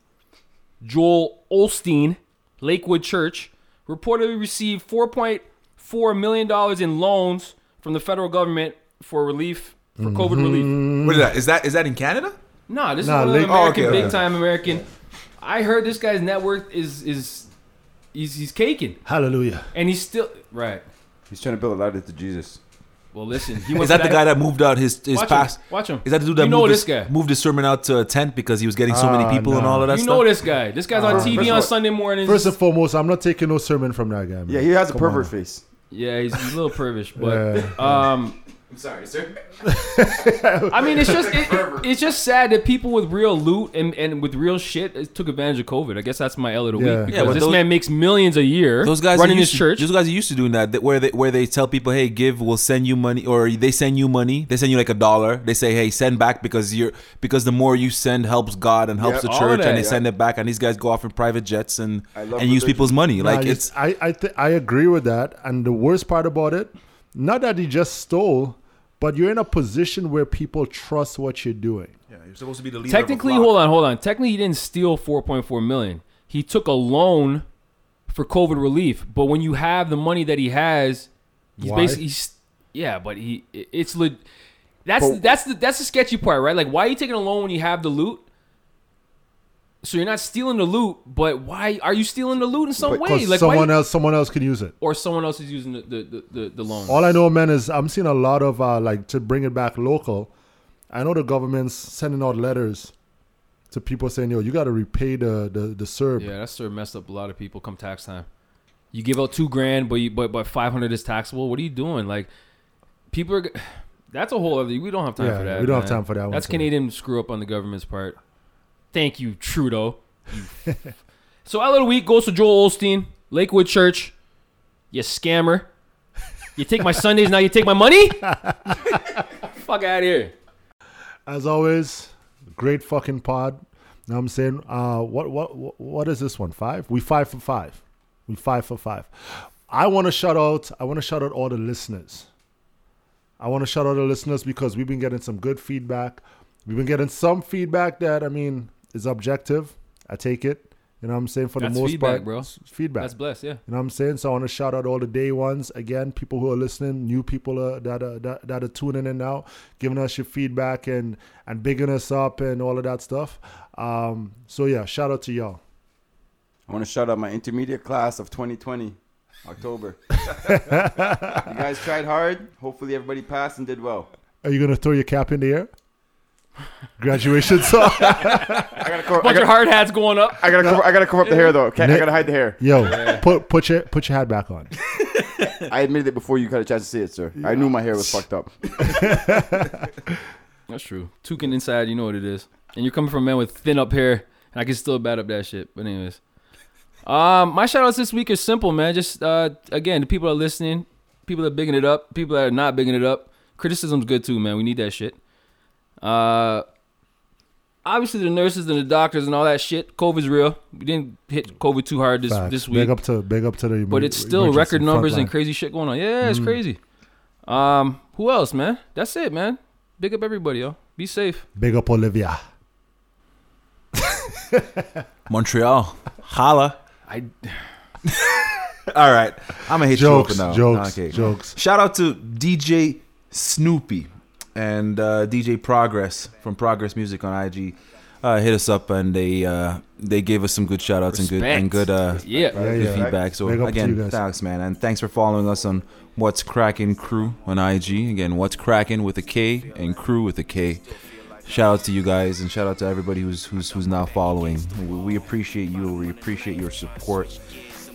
D: Joel Olstein, Lakewood Church. reportedly received $4.4 million in loans from the federal government for relief, for
B: Mm-hmm.
D: COVID relief.
B: What is that? Is that is that in Canada?
D: Nah, this
C: Nah,
D: is one of
C: Lake-
D: the
B: Oh,
D: American,
B: okay, okay.
D: big time American. I heard this guy's net worth is, is he's, he's caking.
C: Hallelujah.
D: And he's still, right.
A: He's trying to build a ladder to Jesus.
D: Well, listen, he
B: Is
D: went
B: that
D: to
B: the guy that moved out his his
D: Watch
B: past?
D: him. Watch him.
B: Is that the dude that
D: You know
B: moved
D: this
B: his,
D: guy.
B: moved his sermon out to a tent because he was getting so many
C: Ah,
B: people and
C: no.
B: all of that
D: you
B: stuff?
D: know this guy. This guy's on
A: Uh-huh.
D: TV
A: first of
D: on
A: all-
D: Sunday mornings.
C: First and foremost, I'm not taking no sermon from that guy. Man.
A: Yeah, he has a
C: Come
A: pervert
C: on.
A: face.
D: yeah, he's, he's a little pervish,
C: Yeah.
D: but um,
B: I'm sorry, sir.
D: I mean, it's just it, it- it's just sad that people with real loot and, and with real shit uh, took advantage of COVID. I guess that's my L of the
C: Yeah.
D: week
B: Yeah,
D: because
B: but
D: this
B: those-
D: man makes millions a year.
B: Those guys are
D: running
B: used
D: his
B: to-
D: church.
B: Those guys are used to doing that, that where they where they tell people, "Hey, give, we'll send you money," or they send you money. They send you like a dollar. They say, "Hey, send back because you're because the more you send helps God and helps
A: Yep,
B: the
A: all
D: of
B: church,"
D: that,
B: and they
A: yeah.
B: send it back. And these guys go off in private jets and
A: I
B: and
A: love
B: use
A: religion.
B: people's money.
C: Nah,
B: like
C: you-
B: it's
C: I I, th- I agree with that. And the worst part about it, not that he just stole, but you're in a position where people trust what you're doing.
B: yeah, you're supposed to be the leader.
D: Technically, hold on, hold on. Technically, he didn't steal 4.4 million. He took a loan for COVID relief, but when you have the money that he has, he's
C: Why?
D: basically he's, yeah, but he it- it's le- that's
A: But-
D: that's the that's the sketchy part, right? Like why are you taking a loan when you have the loot? So you're not stealing the loot, but why are you stealing the loot in some way?
C: Because
D: Like
C: someone
D: why,
C: else, someone else can use it.
D: or someone else is using the the, the, the, the loan.
C: All I know, man, is I'm seeing a lot of uh, like to bring it back local. I know the government's sending out letters to people saying, "Yo, you got to repay the the, the Serb."
D: Yeah, that's sort of messed up a lot of people come tax time. You give out two grand, but you, but but five hundred is taxable. What are you doing? Like, people are. g- That's a whole other. We don't have time
C: Yeah,
D: for that.
C: we don't have
D: man.
C: time for that one,
D: That's
C: so-
D: Canadian screw up on the government's part. Thank you, Trudeau. You- so out of the week goes to Joel Olstein, Lakewood Church. You scammer. You take my Sundays now. You take my money. Fuck out of here.
C: As always, great fucking pod. Now I'm saying, uh, what what what- what is this one? Five? We five for five. We five for five. I want to shout out. I want to shout out all the listeners. I want to shout out the listeners because we've been getting some good feedback. We've been getting some feedback that I mean is objective. I take it. You know what I'm saying? For
D: That's
C: the most
D: feedback,
C: part,
D: bro.
C: it's feedback.
D: That's blessed. Yeah.
C: You know what I'm saying? So I want to shout out all the day ones again, people who are listening, new people uh, that, are, that that are tuning in now, giving us your feedback and and bigging us up and all of that stuff. Um, so yeah, shout out to y'all.
A: I want to shout out my intermediate class of 2020, October. you guys tried hard. Hopefully, everybody passed and did well.
C: Are you gonna throw your cap in the air? Graduation song,
A: I gotta cover. I
D: Bunch of
A: gotta,
D: hard hats going up.
A: I gotta, cover, I gotta cover up the hair though. Okay, I gotta hide the hair.
C: yo, put put your put your hat back on.
A: I admitted it before you got a chance to see it, sir. I knew my hair was fucked up.
D: That's true. Tuking inside, you know what it is. And you're coming from a man with thin up hair, and I can still bat up that shit. But anyways, um, my shout outs this week are simple, man. Just uh, again, the people that are listening, people that are bigging it up, people that are not bigging it up. Criticism's good too, man. We need that shit. Uh, obviously the nurses and the doctors and all that shit. COVID's real. We didn't hit COVID too hard this
C: Facts.
D: this week
C: big up to big up to the.
D: but it's still record numbers and
C: crazy.
D: crazy shit going on. Yeah, it's crazy. Um, who else, man? That's it, man. Big up everybody, yo. Be safe.
C: Big up Olivia.
B: Montreal, holla.
D: I
B: All right, I'm gonna hate
C: Jokes,
B: you up now.
C: jokes,
B: Okay.
C: jokes.
B: Shout out to DJ Snoopy and uh, DJ Progress from Progress Music on IG. Uh, hit us up and they uh, they gave us some good shout outs and good and good uh,
D: yeah.
C: Yeah,
B: good
C: yeah.
B: feedback. So
C: Big up to you
B: again,
C: guys.
B: thanks man, and thanks for following us on What's Cracking Crew on IG. Again, What's Cracking with a K and Crew with a K. Shout out to you guys and shout out to everybody who's who's who's now following. We, we appreciate you. We appreciate your support.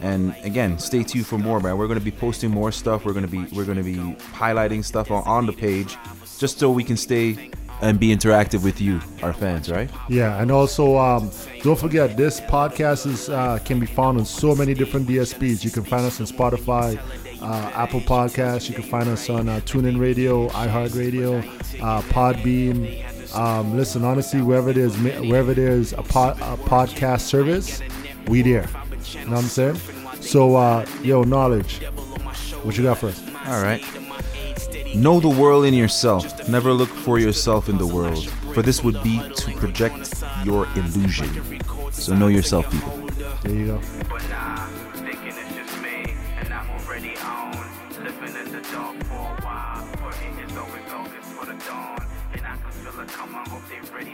B: And again, stay tuned for more, man. We're gonna be posting more stuff. We're gonna be we're gonna be highlighting stuff on, on the page, just so we can stay and be interactive with you, our fans, right?
C: Yeah, and also um, don't forget this podcast is uh, can be found on so many different DSPs. You can find us on Spotify, uh, Apple Podcasts. You can find us on uh, TuneIn Radio, iHeartRadio, uh, Podbean. Um, listen, honestly, wherever there's wherever there's a, pod, a podcast service, we there. You know what I'm saying? So, uh, yo, knowledge. What you got for us?
B: All right. Know the world in yourself. Never look for yourself in the world, for this would be to project your illusion. So know yourself, people.
C: There you go.
F: But nah, thinking it's just me. already on. Living in the dark for a while. Working is always August for the dawn. And I can feel it come, I hope they ready